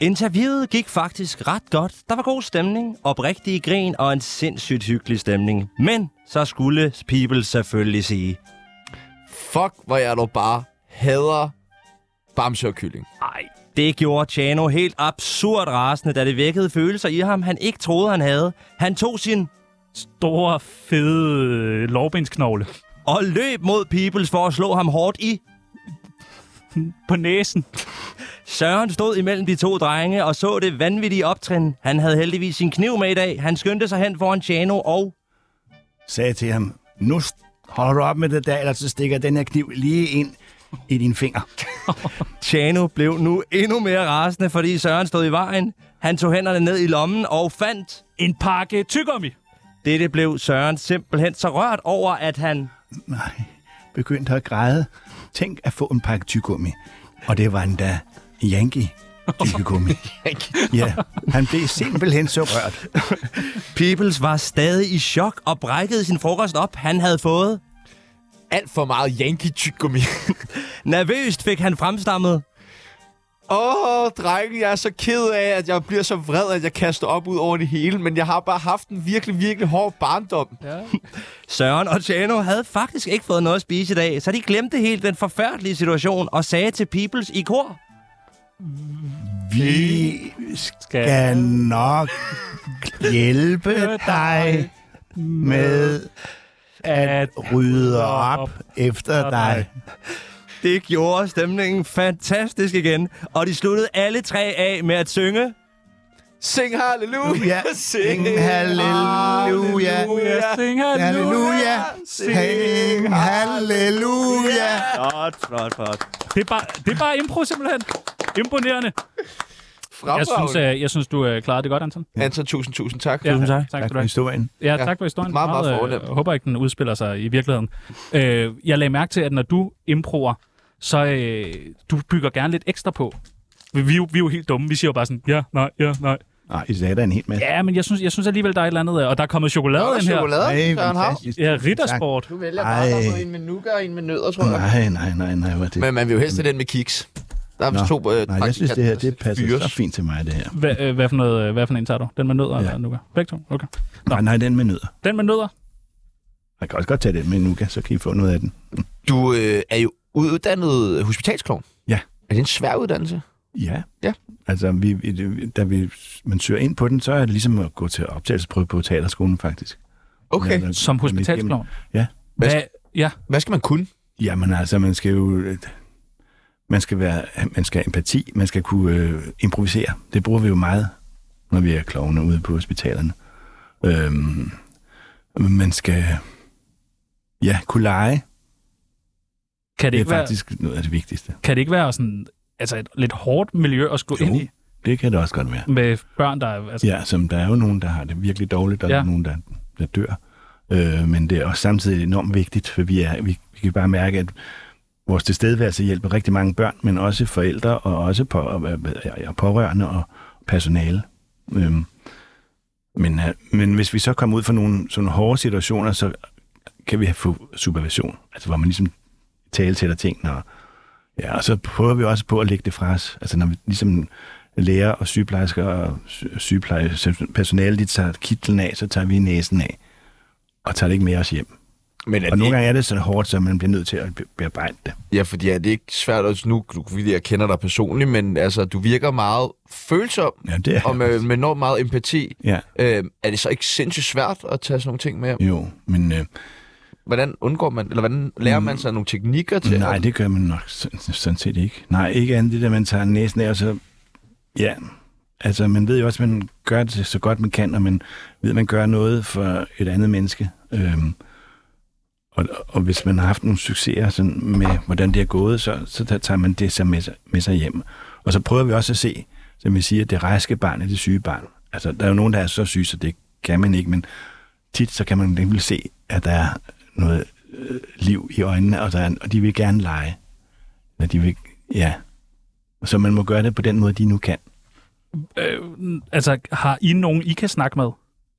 Interviewet gik faktisk ret godt. Der var god stemning, oprigtige grin og en sindssygt hyggelig stemning. Men så skulle people selvfølgelig sige.
Fuck, hvor jeg dog bare hader bamse og kylling.
Ej. Det gjorde Chano helt absurd rasende, da det vækkede følelser i ham, han ikke troede, han havde. Han tog sin
Store, fede lårbensknogle.
og løb mod Peoples for at slå ham hårdt i
På næsen.
Søren stod imellem de to drenge og så det vanvittige optrin. Han havde heldigvis sin kniv med i dag. Han skyndte sig hen foran Chano og...
Sagde til ham, nu st- holder du op med det der, ellers så stikker jeg den her kniv lige ind i dine fingre.
Chano blev nu endnu mere rasende, fordi Søren stod i vejen. Han tog hænderne ned i lommen og fandt...
En pakke tygummi.
Dette blev Søren simpelthen så rørt over, at han...
Nej, begyndte at græde. Tænk at få en pakke tyggegummi. Og det var endda Yankee tyggegummi. ja, han blev simpelthen så rørt.
Peoples var stadig i chok og brækkede sin frokost op. Han havde fået...
Alt for meget yankee tyggegummi.
Nervøst fik han fremstammet.
Åh, oh, drenge, jeg er så ked af, at jeg bliver så vred, at jeg kaster op ud over det hele, men jeg har bare haft en virkelig, virkelig hård barndom. Ja.
Søren og Tjano havde faktisk ikke fået noget at spise i dag, så de glemte helt den forfærdelige situation og sagde til Peoples i kor...
Vi skal nok hjælpe dig med at rydde op efter dig.
Det gjorde stemningen fantastisk igen, og de sluttede alle tre af med at synge.
Sing halleluja,
Ja, sing halleluja.
Ah,
Sing halleluja.
Halleluja, sing halleluja.
Flot, flot, flot.
Det er bare, det er bare impro, simpelthen. Imponerende. Jeg synes,
Fremragende.
jeg, jeg synes du øh, klarede det godt, Anton.
Anton, tusind, tusind tak.
Ja, tak.
Tak
tak skal du
for
have.
historien.
Ja,
Ja.
tak for historien.
Meget, meget
øh,
fornemt.
Jeg håber ikke, den udspiller sig i virkeligheden. Øh, jeg lagde mærke til, at når du improer, så øh, du bygger gerne lidt ekstra på. Vi, vi, er jo- vi er jo helt dumme. Vi siger jo bare sådan, ja, nej, ja, nej.
Nej, I sagde der en hel masse.
Ja, men jeg synes, jeg synes alligevel, der er et eller andet. øh, Og der er kommet chokolade
Nå,
ind her.
chokolade,
Ej,
Søren Hav.
fantastisk.
Ja, riddersport.
Du vælger
bare, der er både
en med nukker og en med nødder, tror
Nej, nej, nej, nej, hvor er det?
Men man vil jo helst have den med kiks. Der er
Nå,
vist to øh,
nej, jeg synes, det her det passer
fyres.
så fint til mig, det her.
Hvad, øh, hvad, for noget, øh, hvad for en tager du? Den med nødder
Ja.
ja. eller nuka? Begge to? Okay.
Nej, nej, den med nødder.
Den med nødder?
Jeg kan også godt tage den med nuka, så kan I få noget af den.
Du øh, er jo uddannet hospitalsklovn.
Ja.
Er det en svær uddannelse?
Ja.
Ja.
Altså, vi, vi- da vi, man søger ind på den, så er det ligesom at gå til optagelsesprøve på teaterskolen, faktisk.
Okay.
Men, altså,
Som
men igennem-
hospitalsklovn?
Ja.
Hvad? Ja.
Hvad skal man kunne?
Jamen altså, man skal jo... Man skal, være, man skal have empati, man skal kunne øh, improvisere. Det bruger vi jo meget, når vi er klovne ude på hospitalerne. Øhm, man skal ja, kunne lege.
Kan det,
Det er
ikke være,
faktisk noget af det vigtigste.
kan det ikke være sådan, altså et lidt hårdt miljø at skulle
Jo,
ind i
det kan det også godt være.
med børn, der er... Altså,
Ja, som der er jo nogen, der har det virkelig dårligt, og ja. der
Ja.
er nogen, der, der dør. Øh, men det er også samtidig enormt vigtigt, for vi, er, vi, vi kan bare mærke, at vores tilstedeværelse hjælper rigtig mange børn, men også forældre, og også på, og, og pårørende og personale. Øhm, men, øh, men hvis vi så kommer ud for nogle sådan hårde situationer, så kan vi få supervision, altså hvor man ligesom tale til tingene. Og, ja, og så prøver vi også på at lægge det fra os. Altså når vi ligesom læger og sygeplejersker og sy- sygeplejepersonale, de tager kitlen af, så tager vi næsen af. Og tager det ikke med os hjem. Men
er
og
det
nogle gange er det så hårdt, så man bliver nødt til at be- bearbejde det.
Ja, fordi er det ikke svært at nu, du, jeg kender dig personligt, men altså, du virker meget følsom,
ja, det er
og med, med enormt meget empati.
Ja.
Øh, er det så ikke sindssygt svært at tage sådan nogle ting med hjem?
Jo, men... Øh,
Hvordan undgår man, eller hvordan lærer man sig nogle teknikker til?
Mm. Nej, det gør man nok sådan sådan set ikke. Nej, ikke andet det der, man tager næsen af, og så... Ja, altså man ved jo også, at man gør det så godt man kan, og man ved, at man gør noget for et andet menneske. Øhm, og, og hvis man har haft nogle succeser sådan med, hvordan det er gået, så, så der tager man det så med, sig- med sig hjem. Og så prøver vi også at se, som vi siger, det raske barn er det syge barn. Altså, der er jo nogen, der er så syge, så det kan man ikke, men tit så kan man nemlig se, at der er noget øh, liv i øjnene, og, der er, og de vil gerne lege. Eller de vil, ja. Så man må gøre det på den måde, de nu kan.
Øh, altså, har I nogen, I kan snakke med?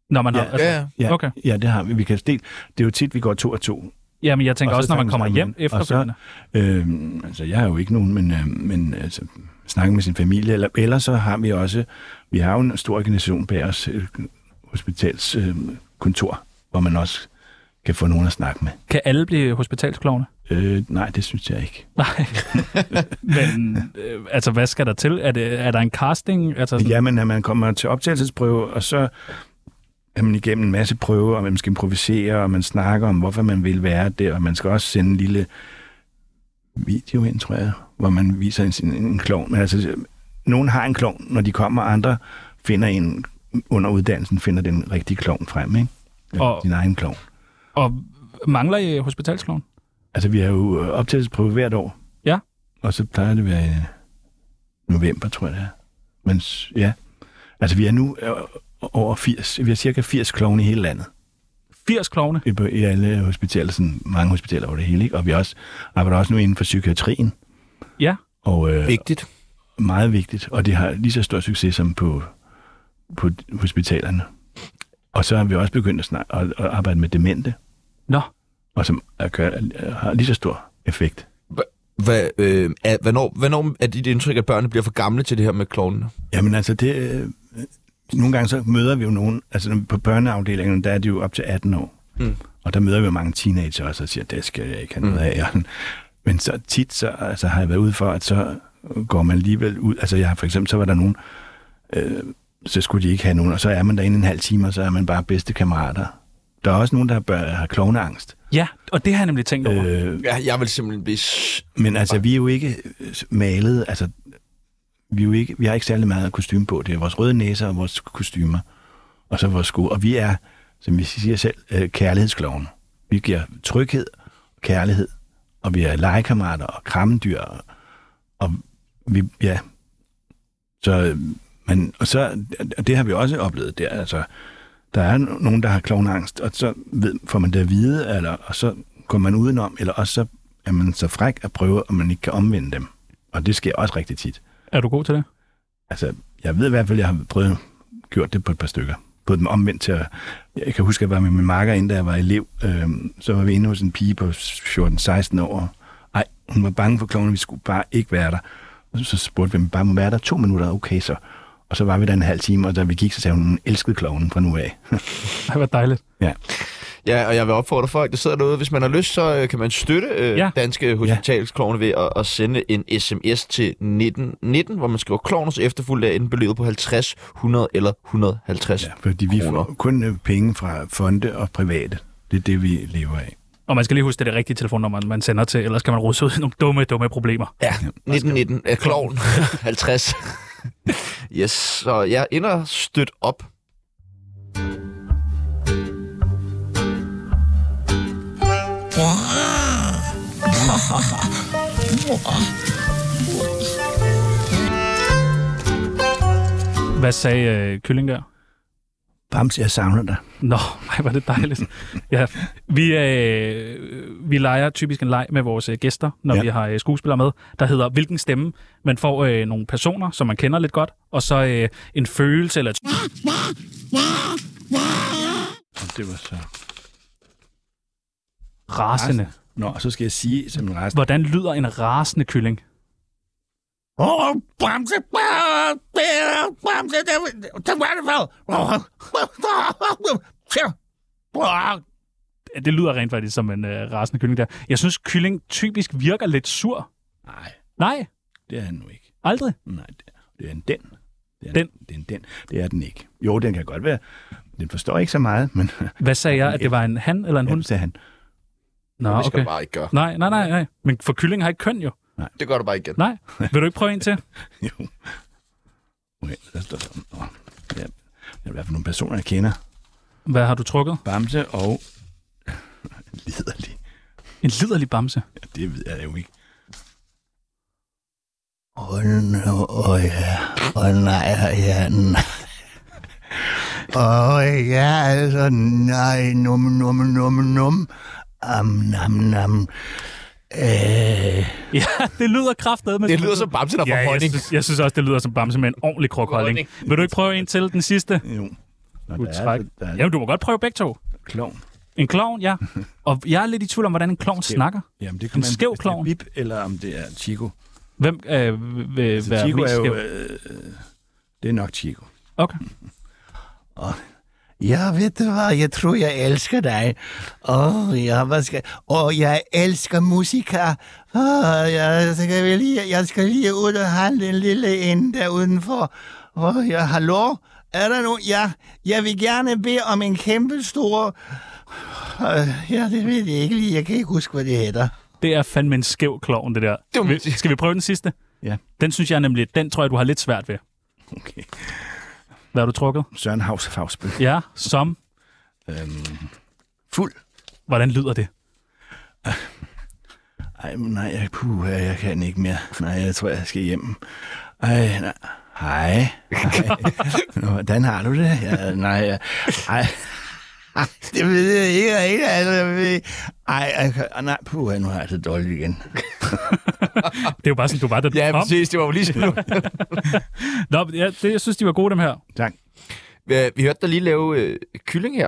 Når man har, altså,
ja,
Okay.
ja, det har vi. vi kan dele. Det er jo tit, vi går to og to.
Jamen, jeg tænker
Og
også,
så
når man
snakker
kommer
sammen
hjem
med- og
efterfølgende.
Så, øh, altså, jeg har jo ikke nogen, men, øh, men altså, snakke med sin familie. Eller, eller så har vi også, vi har jo en stor organisation bag os, øh, hospitals øh, kontor, hvor man også kan få nogen at snakke med.
Kan alle blive hospitalsklovne?
Øh, nej, det synes jeg ikke.
Men, øh, altså, hvad skal der til? Er, det, er der en casting? Altså, sådan,
Ja, men når man kommer til optagelsesprøve, og så er man igennem en masse prøver, og man skal improvisere, og man snakker om, hvorfor man vil være der, og man skal også sende en lille video ind, tror jeg, hvor man viser en, sin- en klovn. Men altså, nogen har en klovn, når de kommer, og andre finder en under uddannelsen, finder den rigtige klovn frem, ikke?
Og-
Og... Din egen klovn.
Og mangler I hospitalsklovne?
Altså, vi har jo øh, optagelsesprøve hvert år.
Ja.
Og så plejer det at være i november, tror jeg det er. Men s- ja, altså vi er nu øh, over 80, vi har cirka 80 klovne i hele landet.
80 klovne?
I, på- i alle hospitaler, sådan mange hospitaler over det hele, ikke? Og vi også, arbejder også nu inden for psykiatrien.
Ja.
Og, øh,
vigtigt.
Meget vigtigt, og det har lige så stor succes som på, på hospitalerne. Og så har vi også begyndt at, snak, at, at arbejde med demente.
Nå.
Og som er, gør, har lige så stor effekt.
Hvad, øh, er, hvornår, hvornår er dit indtryk, at børnene bliver for gamle til det her med klovnene?
Jamen altså, det, øh, nogle gange så møder vi jo nogen, altså når vi- på børneafdelingen, der er de jo op til 18 år.
Mm.
Og der møder vi jo mange teenager også, og siger, det skal jeg ikke have noget af. Men så tit så, altså, har jeg været ude for, at så går man alligevel ud. Altså jeg, har- for eksempel, så var der nogen, øh, så skulle de ikke have nogen, og så er man derinde en halv time, og så er man bare bedste kammerater. Der er også nogen, der bør, har klovneangst.
Ja, og det har jeg nemlig tænkt over.
Øh,
Ja, jeg vil simpelthen blive... s-
men altså, vi er jo ikke øh, malet, altså, vi, er jo ikke, vi har ikke særlig meget kostume på. Det er vores røde næser og vores kostymer, og så vores sko. Og vi er, som vi siger selv, øh, kærlighedsklovene. Vi giver tryghed og kærlighed, og vi er legekammerater og krammedyr, og, og vi, ja. Så, øh, men, og så, og det har vi også oplevet der, altså, der er no- nogen, der har klovneangst, og så ved, får man det at vide, eller, og så går man udenom, eller også så er man så fræk at prøve, om man ikke kan omvende dem. Og det sker også rigtig tit.
Er du god til det?
Altså, jeg ved i hvert fald, at jeg har prøvet gjort det på et par stykker. På dem omvendt til at... Jeg kan huske, at jeg var med min makker, inden da jeg var elev. Øhm, så var vi inde hos en pige på 14-16 år. Ej, hun var bange for klovene, vi skulle bare ikke være der. Og så spurgte vi, om vi bare må være der to minutter, okay så. Og så var vi der en halv time, og da vi gik, så sagde hun, hun elskede klovnen fra nu af.
Ej, hvor dejligt.
ja.
Ja, og jeg vil opfordre folk, der sidder derude, hvis man har lyst, så øh, kan man støtte øh,
Ja.
ja. danske hospitalsklovne ved at, at sende en sms til 1919, hvor man skriver klovn, og så efterfulgt af enten beløbet på 50, 100 eller 150 ja,
Fordi vi får kun øh, penge fra fonde og private. Det er det, vi lever af.
Og man skal lige huske, det er det rigtige telefonnummer, man sender til, ellers kan man rode ud i nogle dumme, dumme problemer.
Ja, 1919 er klovn 50. yes, så jeg er inde og støt op.
Ah, Hvad sagde øh, Kylling der?
Bams, jeg savner dig.
Nå, nej, var det dejligt. ja, vi, øh, vi leger typisk en leg med vores øh, gæster, når ja.
Ja.
vi har øh, skuespillere med, der hedder Hvilken stemme? Man får øh, nogle personer, som man kender lidt godt, og så øh, en følelse eller et
Og det var så...
rasende.
Nå, så skal jeg sige som en resten.
Hvordan lyder en rasende kylling?
Åh, oh, Bamse, Bamse, Bamse, det var det vel.
det lyder rent faktisk som en øh, rasende kylling der. Jeg synes, kylling typisk virker lidt sur.
Nej.
Nej,
Det er han nu ikke.
aldrig.
Nej, det det er en den. Det er
Den.
En, det er en den. Det er den ikke. Jo, den kan godt være. Den forstår ikke så meget, men...
Hvad sagde jeg, at det var en han eller en
Ja,
hund?
sagde han.
Nå,
Det skal
okay.
du bare ikke gøre.
Nej, nej, nej, nej. Men for kylling har ikke køn jo.
Nej.
Det gør du bare ikke igen. Nej. Vil du ikke prøve en til?
jo. Okay, der står der. Nå, ja, det er i hvert fald nogle personer, jeg kender.
Hvad har du trukket?
Bamse og... en liderlig.
En liderlig bamse?
Ja, det ved jeg jo ikke. Åh, no, åh ja. Åh nej, ja, nej. Åh ja, altså nej. Num, num, num, num. Am, nam, nam. Øh.
Ja, det lyder kraftedet med...
Det lyder som Bamse, der får
ja, jeg
honning.
synes, jeg synes også, det lyder som Bamse med en ordentlig krukholdning. Vil du ikke prøve en til, den sidste?
Jo.
Du
der er
træk.
altså- der er-
Jamen, du må godt prøve begge to.
Klovn.
En klovn, ja. Og jeg er lidt i tvivl om, hvordan en klovn snakker.
Jamen, det kan
En
man-
skæv
hvis det er
klovn.
Bip, eller om det er Chico.
Hvem øh, vil- vil
Altså,
være
Chico
mest
er jo...
skæv?
Øh, det er nok Chico.
Okay.
Og
Ja, ved du hvad, jeg tror, jeg elsker dig. Åh, oh, ja, hvad skal... Åh, oh, jeg elsker musiker. Åh, oh, jeg, skal lige, jeg skal lige ud og handle en lille en der udenfor. Åh, oh, ja, hallo? Er der nogen? Ja, jeg vil gerne bede om en kæmpe stor... Øh, Ja, det ved jeg ikke lige. Jeg kan ikke huske, hvad det hedder.
Det er fandme en skæv klovn, det der. Vil- Skal vi prøve den sidste?
Ja.
Den synes jeg nemlig, den tror jeg, du har lidt svært ved.
Okay.
Hvad har du trukket?
Søren Havs Fagsbøl.
Ja, som.
Øhm, fuld.
Hvordan lyder det?
Ej, men nej, jeg, puh, jeg kan ikke mere. Nej, jeg tror, jeg skal hjem. Ej, nej. Hej. Hej. Nå, hvordan har du det? Ja, nej, jeg, ej. Ej, det ved jeg ikke, jeg ikke altså, jeg ved, ej, jeg kan, nej, puh, nu har jeg det dårligt igen.
Det er jo bare sådan, du var, da du
Ja,
kom.
præcis. Det var jo lige sådan.
Nå, men ja, det, jeg synes, de var gode, dem her.
Tak.
Vi, vi hørte dig lige lave øh, kylling her,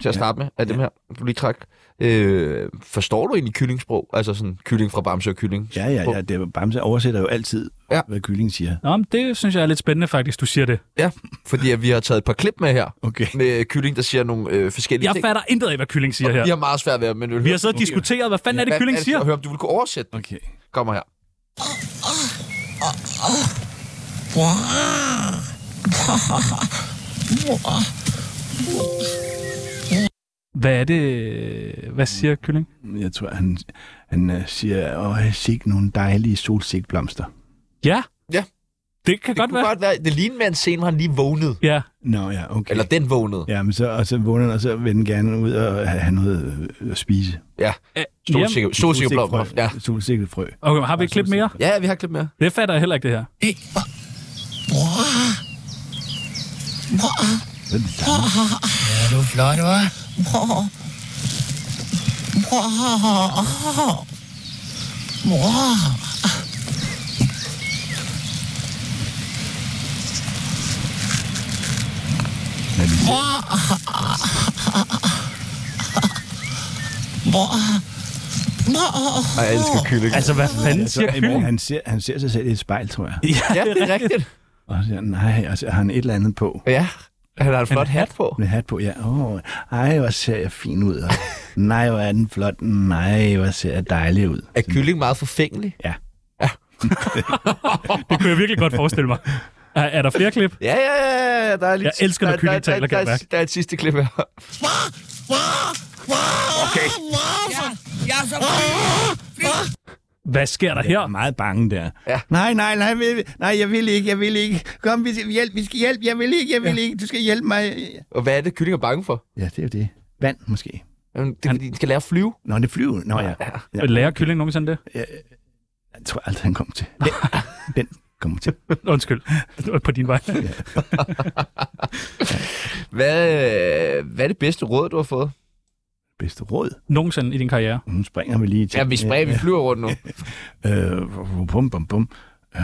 til at starte med, af dem her, du lige træk. Øh, forstår du egentlig kyllingsprog? Altså sådan kylling fra Bamse og kylling?
Ja, ja, ja, det er, Bamse oversætter jo altid, ja. hvad kyllingen siger.
Nå, men det synes jeg er lidt spændende faktisk, du siger det.
Ja, fordi at vi har taget et par klip med her,
okay.
med kylling, der siger nogle øh, forskellige
Jeg
ting.
fatter intet af, hvad kylling siger her.
Vi har meget svært ved at... Men
Vi har siddet og diskuteret, hvad fanden er det, kylling siger?
Jeg høre, om du vil kunne oversætte den.
Okay.
Kommer her.
Hvad er det? Hvad siger kylling?
Jeg tror, han, han øh, siger, åh, jeg sig nogle dejlige solsikblomster.
Ja.
Ja.
Det kan
det godt, være. godt være. Det lignede med en scene, hvor han lige vågnede.
Ja.
Nå ja, okay.
Eller den vågnede.
Ja, men så, og så vågner han, og så vil den gerne ud og have noget øh, at spise.
Ja.
Solsikke-
solsikkeblomster,
Ja. Solsikkefrø.
Okay, men har vi et klip mere?
Ja, vi har et klip mere.
Det fatter jeg heller ikke, det her.
Ja, du er flot, hva'? Mor. Mor. Mor. Mor. Mor. Mor.
Ej, jeg elsker kylling.
Altså, hvad fanden
Altså,
siger
jamen,
kylling?
Han ser, han ser sig selv i et spejl, tror jeg.
Ja, det er rigtigt.
Og så siger, han, nej, og så har han et eller andet på.
Ja, han har en flot hat på.
Med hat på, ja. Åh, ej, hvor ser jeg fin ud. Og, nej, hvor er den flot. Nej, hvor ser jeg dejlig ud.
Er kylling meget forfængelig?
Ja.
Det kunne jeg virkelig godt forestille mig. Er, er der flere klip?
Ja, ja, ja, ja. Der er lige,
Jeg elsker, når
der-
kylling
der- der-
taler, kan
der-
jeg mærke.
Der er et sidste klip her.
Okay. Ja, jeg er så
Hvad sker der
Jeg er
her?
meget bange der.
Ja.
Nej, nej, nej, nej, nej, jeg vil ikke, jeg vil ikke. Kom, vi skal hjælpe, vi skal hjælpe, jeg vil ikke, jeg vil ikke. Du skal hjælpe mig.
Og hvad er det, kylling er bange for?
Ja, det er jo det. Vand, måske.
Jamen, det er, fordi den skal lære at flyve.
Nå, det er flyve. Nå, ja. ja.
Lærer kylling nogensinde det?
Jeg tror aldrig, han kommer til. Den, den kommer til.
Undskyld. Det var På din vej.
Hvad, øh, hvad er det bedste råd, du har fået?
Bedste råd.
Nogensinde i din karriere.
Hun springer vi lige til.
Ja, vi spreger, vi flyver rundt nu.
Øh, bum, bum, bum. Øh,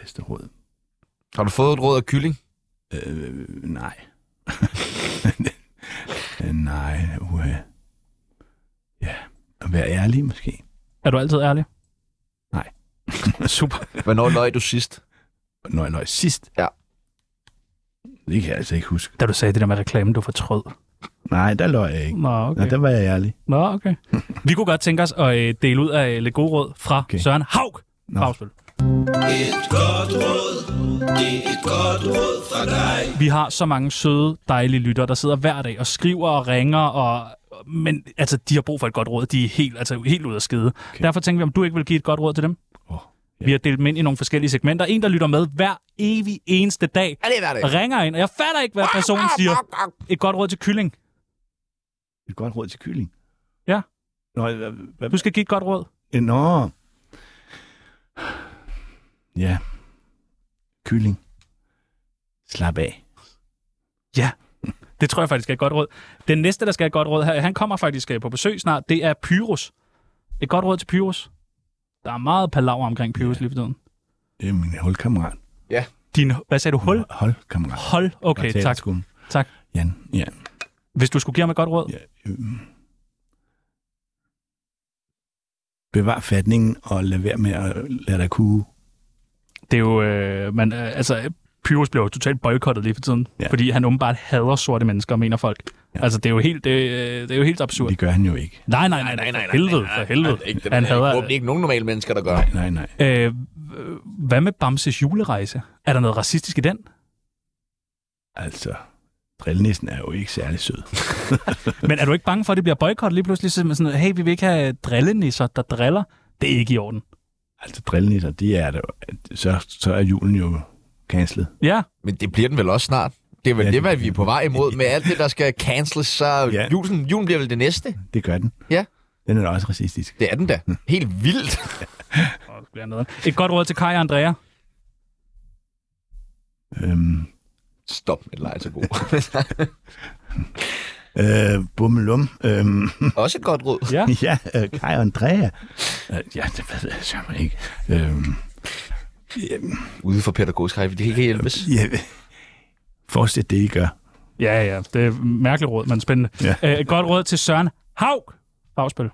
bedste råd.
Har du fået et råd af kylling?
Øh, nej. Øh, nej, uh, Ja, at være ærlig måske.
Er du altid ærlig?
Nej.
Super.
Hvornår løj du sidst?
Når jeg nøjes sidst.
Ja.
Det kan jeg altså ikke huske.
Da du sagde det der med reklamen, du fortrød.
Nej, der løj jeg ikke.
Nå, okay.
Nå, der var jeg ærlig.
Nå, okay. Vi kunne godt tænke os at øh, dele ud af lidt gode råd fra okay. Søren Haug. Havsbøl.
Et godt råd, det er et godt råd fra dig.
Vi har så mange søde, dejlige lyttere, der sidder hver dag og skriver og ringer, og, men altså, de har brug for et godt råd. De er helt, altså, helt ude af skide. Okay. Derfor tænker vi, om du ikke vil give et godt råd til dem? Oh, yeah. Vi har delt dem ind i nogle forskellige segmenter. En, der lytter med hver evig eneste dag,
Ja, det er hver dag. Ah,
ringer ind, og jeg fatter ikke, hvad personen siger. Et godt råd til kylling.
Et godt råd til kylling.
Ja.
Nå, hvad, hvad,
Du skal give et godt råd.
Øh, Nå. Ja. Kylling. Slap af.
Ja, det tror jeg faktisk er et godt råd. Den næste, der skal have et godt råd her, han kommer faktisk øh, på besøg snart, det er Pyrus. Et godt råd til Pyrus. Der er meget palaver omkring Pyrus ja. lige for tiden.
Det er min holdkammerat.
Ja.
Din, hvad sagde du, hul?
Holdkammerat.
Hold, okay,
Jeg taler
tak.
sgu om-
Tak.
Jan, ja.
Hvis du skulle give ham et godt råd? Ja.
Øhm. Bevar fatningen og lad være med at lade dig kue.
Det er jo, øh, man, øh, altså, Pyrus bliver jo totalt boykottet lige for tiden, ja. fordi han åbenbart hader sorte mennesker, mener folk. Ja. Altså, det er jo helt, det, øh, det er jo helt absurd.
Det gør han jo ikke.
Nej, nej, nej, nej, nej, helvede, for helvede.
Ikke, det, øh,
Han
er
hader...
ikke, det er ikke nogen normale mennesker, der gør.
Nej, nej.
Øh, hvad med Bamses julerejse? Er der noget racistisk i den?
Altså, drillenissen er jo ikke særlig sød.
Men er du ikke bange for, at det bliver boykottet lige pludselig? Så man sådan, hey, vi vil ikke have drillenisser, der driller. Det er ikke i orden.
altså, drillenisser, de er der. Så, så er julen jo cancelet.
Ja.
Men det bliver den vel også snart. Det er vel
Ja,
ja,
det-
det, hvad vi er på vej imod. Med alt det, der skal canceles, så ja. julen, julen bliver vel det næste.
Det gør den.
Ja.
Den er da også racistisk.
Det er den da.
Mm.
Helt vildt.
Åh, det bliver nederen. Et godt råd til Kai og Andrea.
Øhm,
Stop med leje til god.
øh, bummelum. Øhm,
også et godt råd.
Ja.
ja, øh, Kai og Andrea. Øh, ja, det ved jeg simpelthen ikke. Øhm,
Ude for pædagogisk række, det kan ikke hjælpes.
ja, fortsæt det, I gør.
Ja, ja, det er et mærkeligt råd, men spændende.
Ja.
Øh, et godt råd til Søren Haug. Fagspil.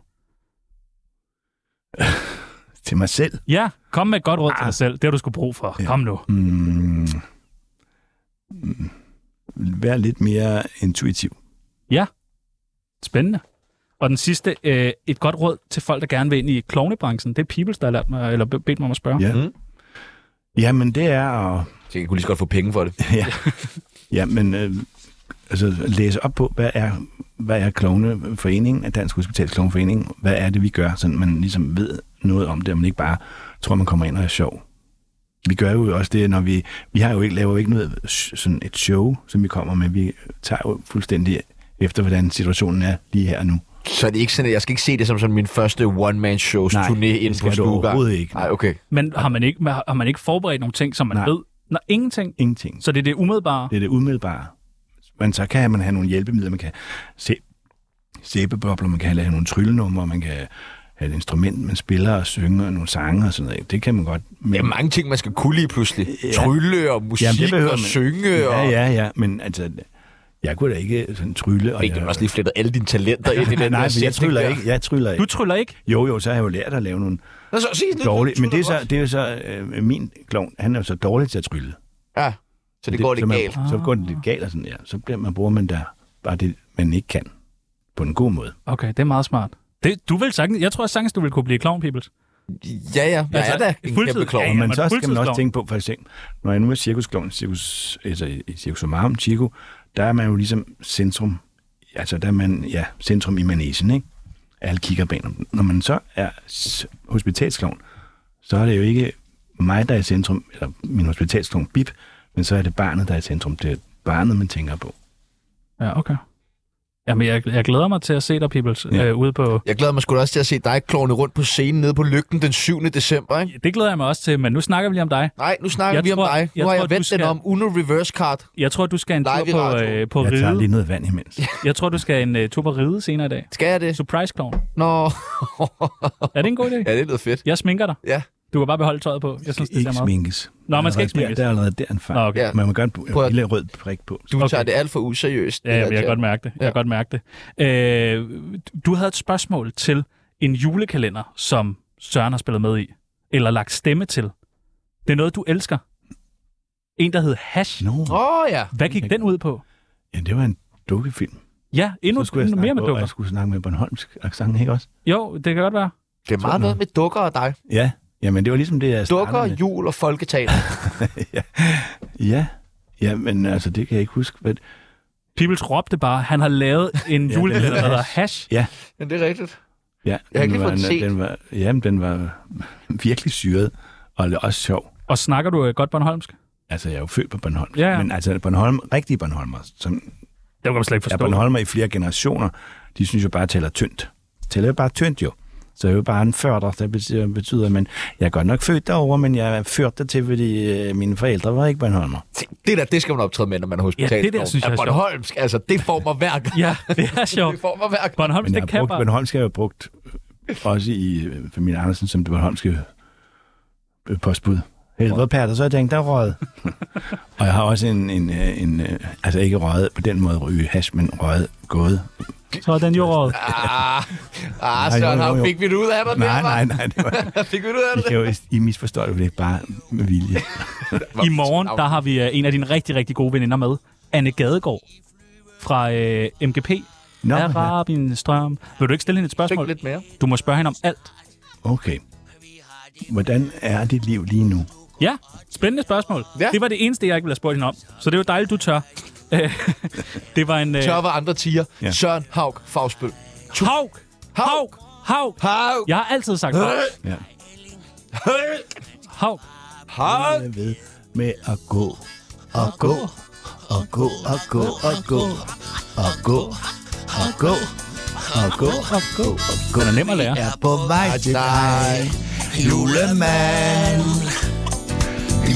Til mig selv.
Ja, kom med et godt råd ah. til dig selv. Det har du sgu brug for. Ja. Kom nu.
Mm, mm, vær lidt mere intuitiv.
Ja, spændende. Og den sidste, øh, et godt råd til folk, der gerne vil ind i klovnebranchen. Det er Peoples, der har lært mig, eller bedt mig om at spørge.
Ja. Mm. Jamen, det er at...
Så jeg kunne lige så godt få penge for det.
Ja, ja men øh, altså, læse op på, hvad er, hvad er Klovneforeningen, Dansk Hospitals Klovneforening, hvad er det, vi gør, så man ligesom ved noget om det, og man ikke bare tror, man kommer ind og er sjov. Vi gør jo også det, når vi... Vi har jo ikke, laver jo ikke noget sh- sådan et show, som vi kommer med. Vi tager jo fuldstændig efter, hvordan situationen er lige her og nu.
Så er det ikke sådan, at jeg skal ikke se det som sådan min første one-man-shows
Nej,
turné
det
inde
skal
på
du
Stuga.
overhovedet ikke.
Nej, okay.
Men har man, ikke, har man ikke forberedt nogle ting, som man
Nej.
Nej. ved? Nå, ingenting.
Ingenting.
Så det er det umiddelbare.
Det er det umiddelbare. Men så kan man have nogle hjælpemidler, man kan se sæbebobler, man kan have nogle tryllenumre, man kan have et instrument, man spiller og synger og nogle sange og sådan noget. Det kan man godt. Men,
Der er mange ting, man skal kunne lige pludselig. Ja. Trylle og musik
Jamen, det behøver
og
man.
synge.
ja,
og...
ja, ja, men altså, jeg kunne da ikke sådan trylle. Og
Fik du
jeg,
også lige flettet alle dine talenter ind i den
nej,
der
nej, men jeg
sætning
tryller
der?
ikke. Jeg tryller ikke.
Du tryller ikke?
Jo, jo, så har jeg jo lært at lave nogle
Nå, så sig det.
dårlige... Men det er,
tryller
så, det er jo så øh, min klovn. Han er jo så dårlig til at trylle.
godt. Ja, så det, går lidt
så man,
galt.
Så går det lidt galt og sådan, ja. Så bliver man, bruger man der bare det, man ikke kan. På en god måde.
Okay, det er meget smart. Det, du vil sagtens, jeg tror sagtens, du vil kunne blive clown, Peoples.
Ja, ja. Jeg
Altså,
er da en
fuldtid-
kæmpe klog.
Ja,
Og
ja.
man,
man
så
er
skal man også
fuldtidsklovn.
tænke på, for eksempel, når jeg nu er cirkuskloven, cirkus, altså i i Cirkus Omarum, Chico, der er man jo ligesom centrum, altså der er man, ja, centrum i manesien, ikke? Alle kigger bag om den. Når man så er s- hospitalskloven, så er det jo ikke mig, der er i centrum, eller min hospitalskloven, Bip, men så er det barnet, der er i centrum. Det er barnet, man tænker på.
Ja, okay. Jamen, jeg, jeg glæder mig til at se dig, Peoples,
Ja.
ja. øh, ude på...
Jeg glæder mig sgu da også til at se dig klovne rundt på scenen nede på lygten den 7. december, ikke?
Det glæder jeg mig også til, men nu snakker vi lige om dig.
Nej, nu snakker
Jeg
vi om
tror-
dig. Nu
jeg
har
tror,
jeg
du
vendt den
skal-
om. Uno reverse card.
Jeg tror, du skal en
Live i
tur på,
radioen.
øh, på
Jeg tager lige
ride.
noget vand imens.
Jeg tror, du skal en øh, tur på ride senere i dag.
Skal jeg det?
Surprise clown.
Nå.
Er det en god idé?
ja, det lyder fedt.
Jeg sminker dig.
Ja.
Du kan bare beholde tøjet på. Jeg synes, det
Ikke
er meget.
sminkes.
Nå, man skal ikke
Allerede
sminkes.
Der, der er allerede der en fejl.
Nå, okay.
Ja.
Man må godt
Prøv
bruge
at-
en lille rød prik på.
Du
Okay.
tager det alt for useriøst.
Ja, jamen, jeg
kan
kan godt mærke det. Jeg kan godt mærke det. Øh, du havde et spørgsmål til en julekalender, som Søren har spillet med i, eller lagt stemme til. Det er noget, du elsker. En, der hed Hash.
Nå,
Åh, ja.
Hvad gik den ud på?
ja, det var en dukkefilm.
Ja, endnu
så skulle jeg snakke,
mere med
og- Og
dukker.
jeg skulle snakke med Bornholmsk accent, ikke også?
Jo, det kan godt være.
Det er meget noget med dukker og dig.
Ja, jamen det var ligesom det, jeg
Dukker,
startede med.
jul og folketaler.
Ja, ja, men altså det kan jeg ikke huske. Hvad...
Peoples råbte bare, han har lavet en
Ja,
julekalender,
det
der
er-
hedder Hash.
Ja,
Men det er rigtigt.
ja
Jeg har ikke lige
var,
fået den set.
den var, jamen, den var virkelig syret, og også sjov.
Og snakker du øh, godt Bornholmsk?
Altså, jeg er jo født på Bornholm.
Ja, ja.
Men altså, Bornholm, rigtige Bornholmer, som
Det kan man slet ikke
er
forstå.
Bornholmer i flere generationer, de synes jo bare, at taler tyndt. Taler jo bare tyndt jo. Så jeg er jo bare en førter, der betyder, betyder men jeg er godt nok født derover, men jeg er ført dertil, fordi øh, mine forældre var ikke Bornholmer.
Det der, det skal man optræde med, når man er
Ja, det der
hospitalet.
synes jeg er sjovt.
Bornholmsk, altså det får mig hver gang.
Ja, det er sjovt.
det får mig hver gang.
Bornholmsk,
Men jeg
det
har
kan
brugt,
bare.
Bornholmsk har jeg jo brugt også i øh, familien Andersen som det Bornholmske øh, postbud. Helvede Pater, så har jeg tænkt, der er røget. og jeg har også en, en, øh, en, øh, altså ikke røget på den måde ryge hash, men røget gået.
Så er den jo råd.
Ah, ah
Nej,
Søren,
jo, jo,
har
jo.
fik vi det ud af dig?
Nej,
der,
nej,
hva'?
nej, det var-
fik vi det ud af
I,
dig?
kan jo, I misforstår jo det bare med vilje.
I morgen, der har vi øh, en af dine rigtig, rigtig gode veninder med. Anne Gadegaard fra øh, MGP.
Nå,
Nå,
ja.
Arabien Strøm. Vil du ikke stille hende et spørgsmål?
lidt mere.
Du må spørge hende om alt.
Okay. Hvordan er dit liv lige nu?
Ja, spændende spørgsmål. Ja. Det var det eneste, jeg ikke ville have spurgt hende om. Så det var dejligt, du tør. Øh, det var en... Øh,
Tør var andre tiger.
Ja.
Søren Haug Fagsbøl.
Haug! Haug! Haug!
Haug!
Jeg har altid sagt Haug.
Ja.
Haug!
Haug!
Jeg ved med at gå og gå og gå og gå og gå og gå og gå og gå og gå og gå.
Den er nem at lære.
er på vej til dig, julemand.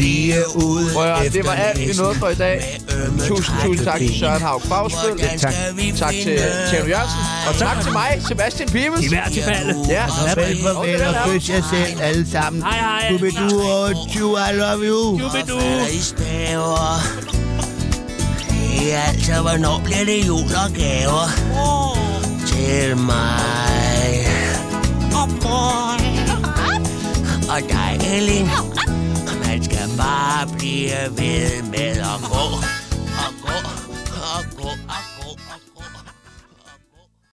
Lige ud
Prøv at høre,
efter
det var alt, vi
næsen.
nåede for i dag. Tusind, tusind tak til Søren Haug Fagsbøl. Tak. Tak til Tjerno Jørgensen. Og tak til mig, Sebastian Pibels.
I hvert tilfælde.
Ja.
Vel
Okay,
farvel
det er
og
der.
kys jer selv alle sammen.
Hej, hej.
Scooby-Doo og Chew, I love you.
Scooby-Doo.
Det er altså, hvornår bliver det jul og gaver? Til mig. Og dig, Elin. Man skal bare blive ved med at gå.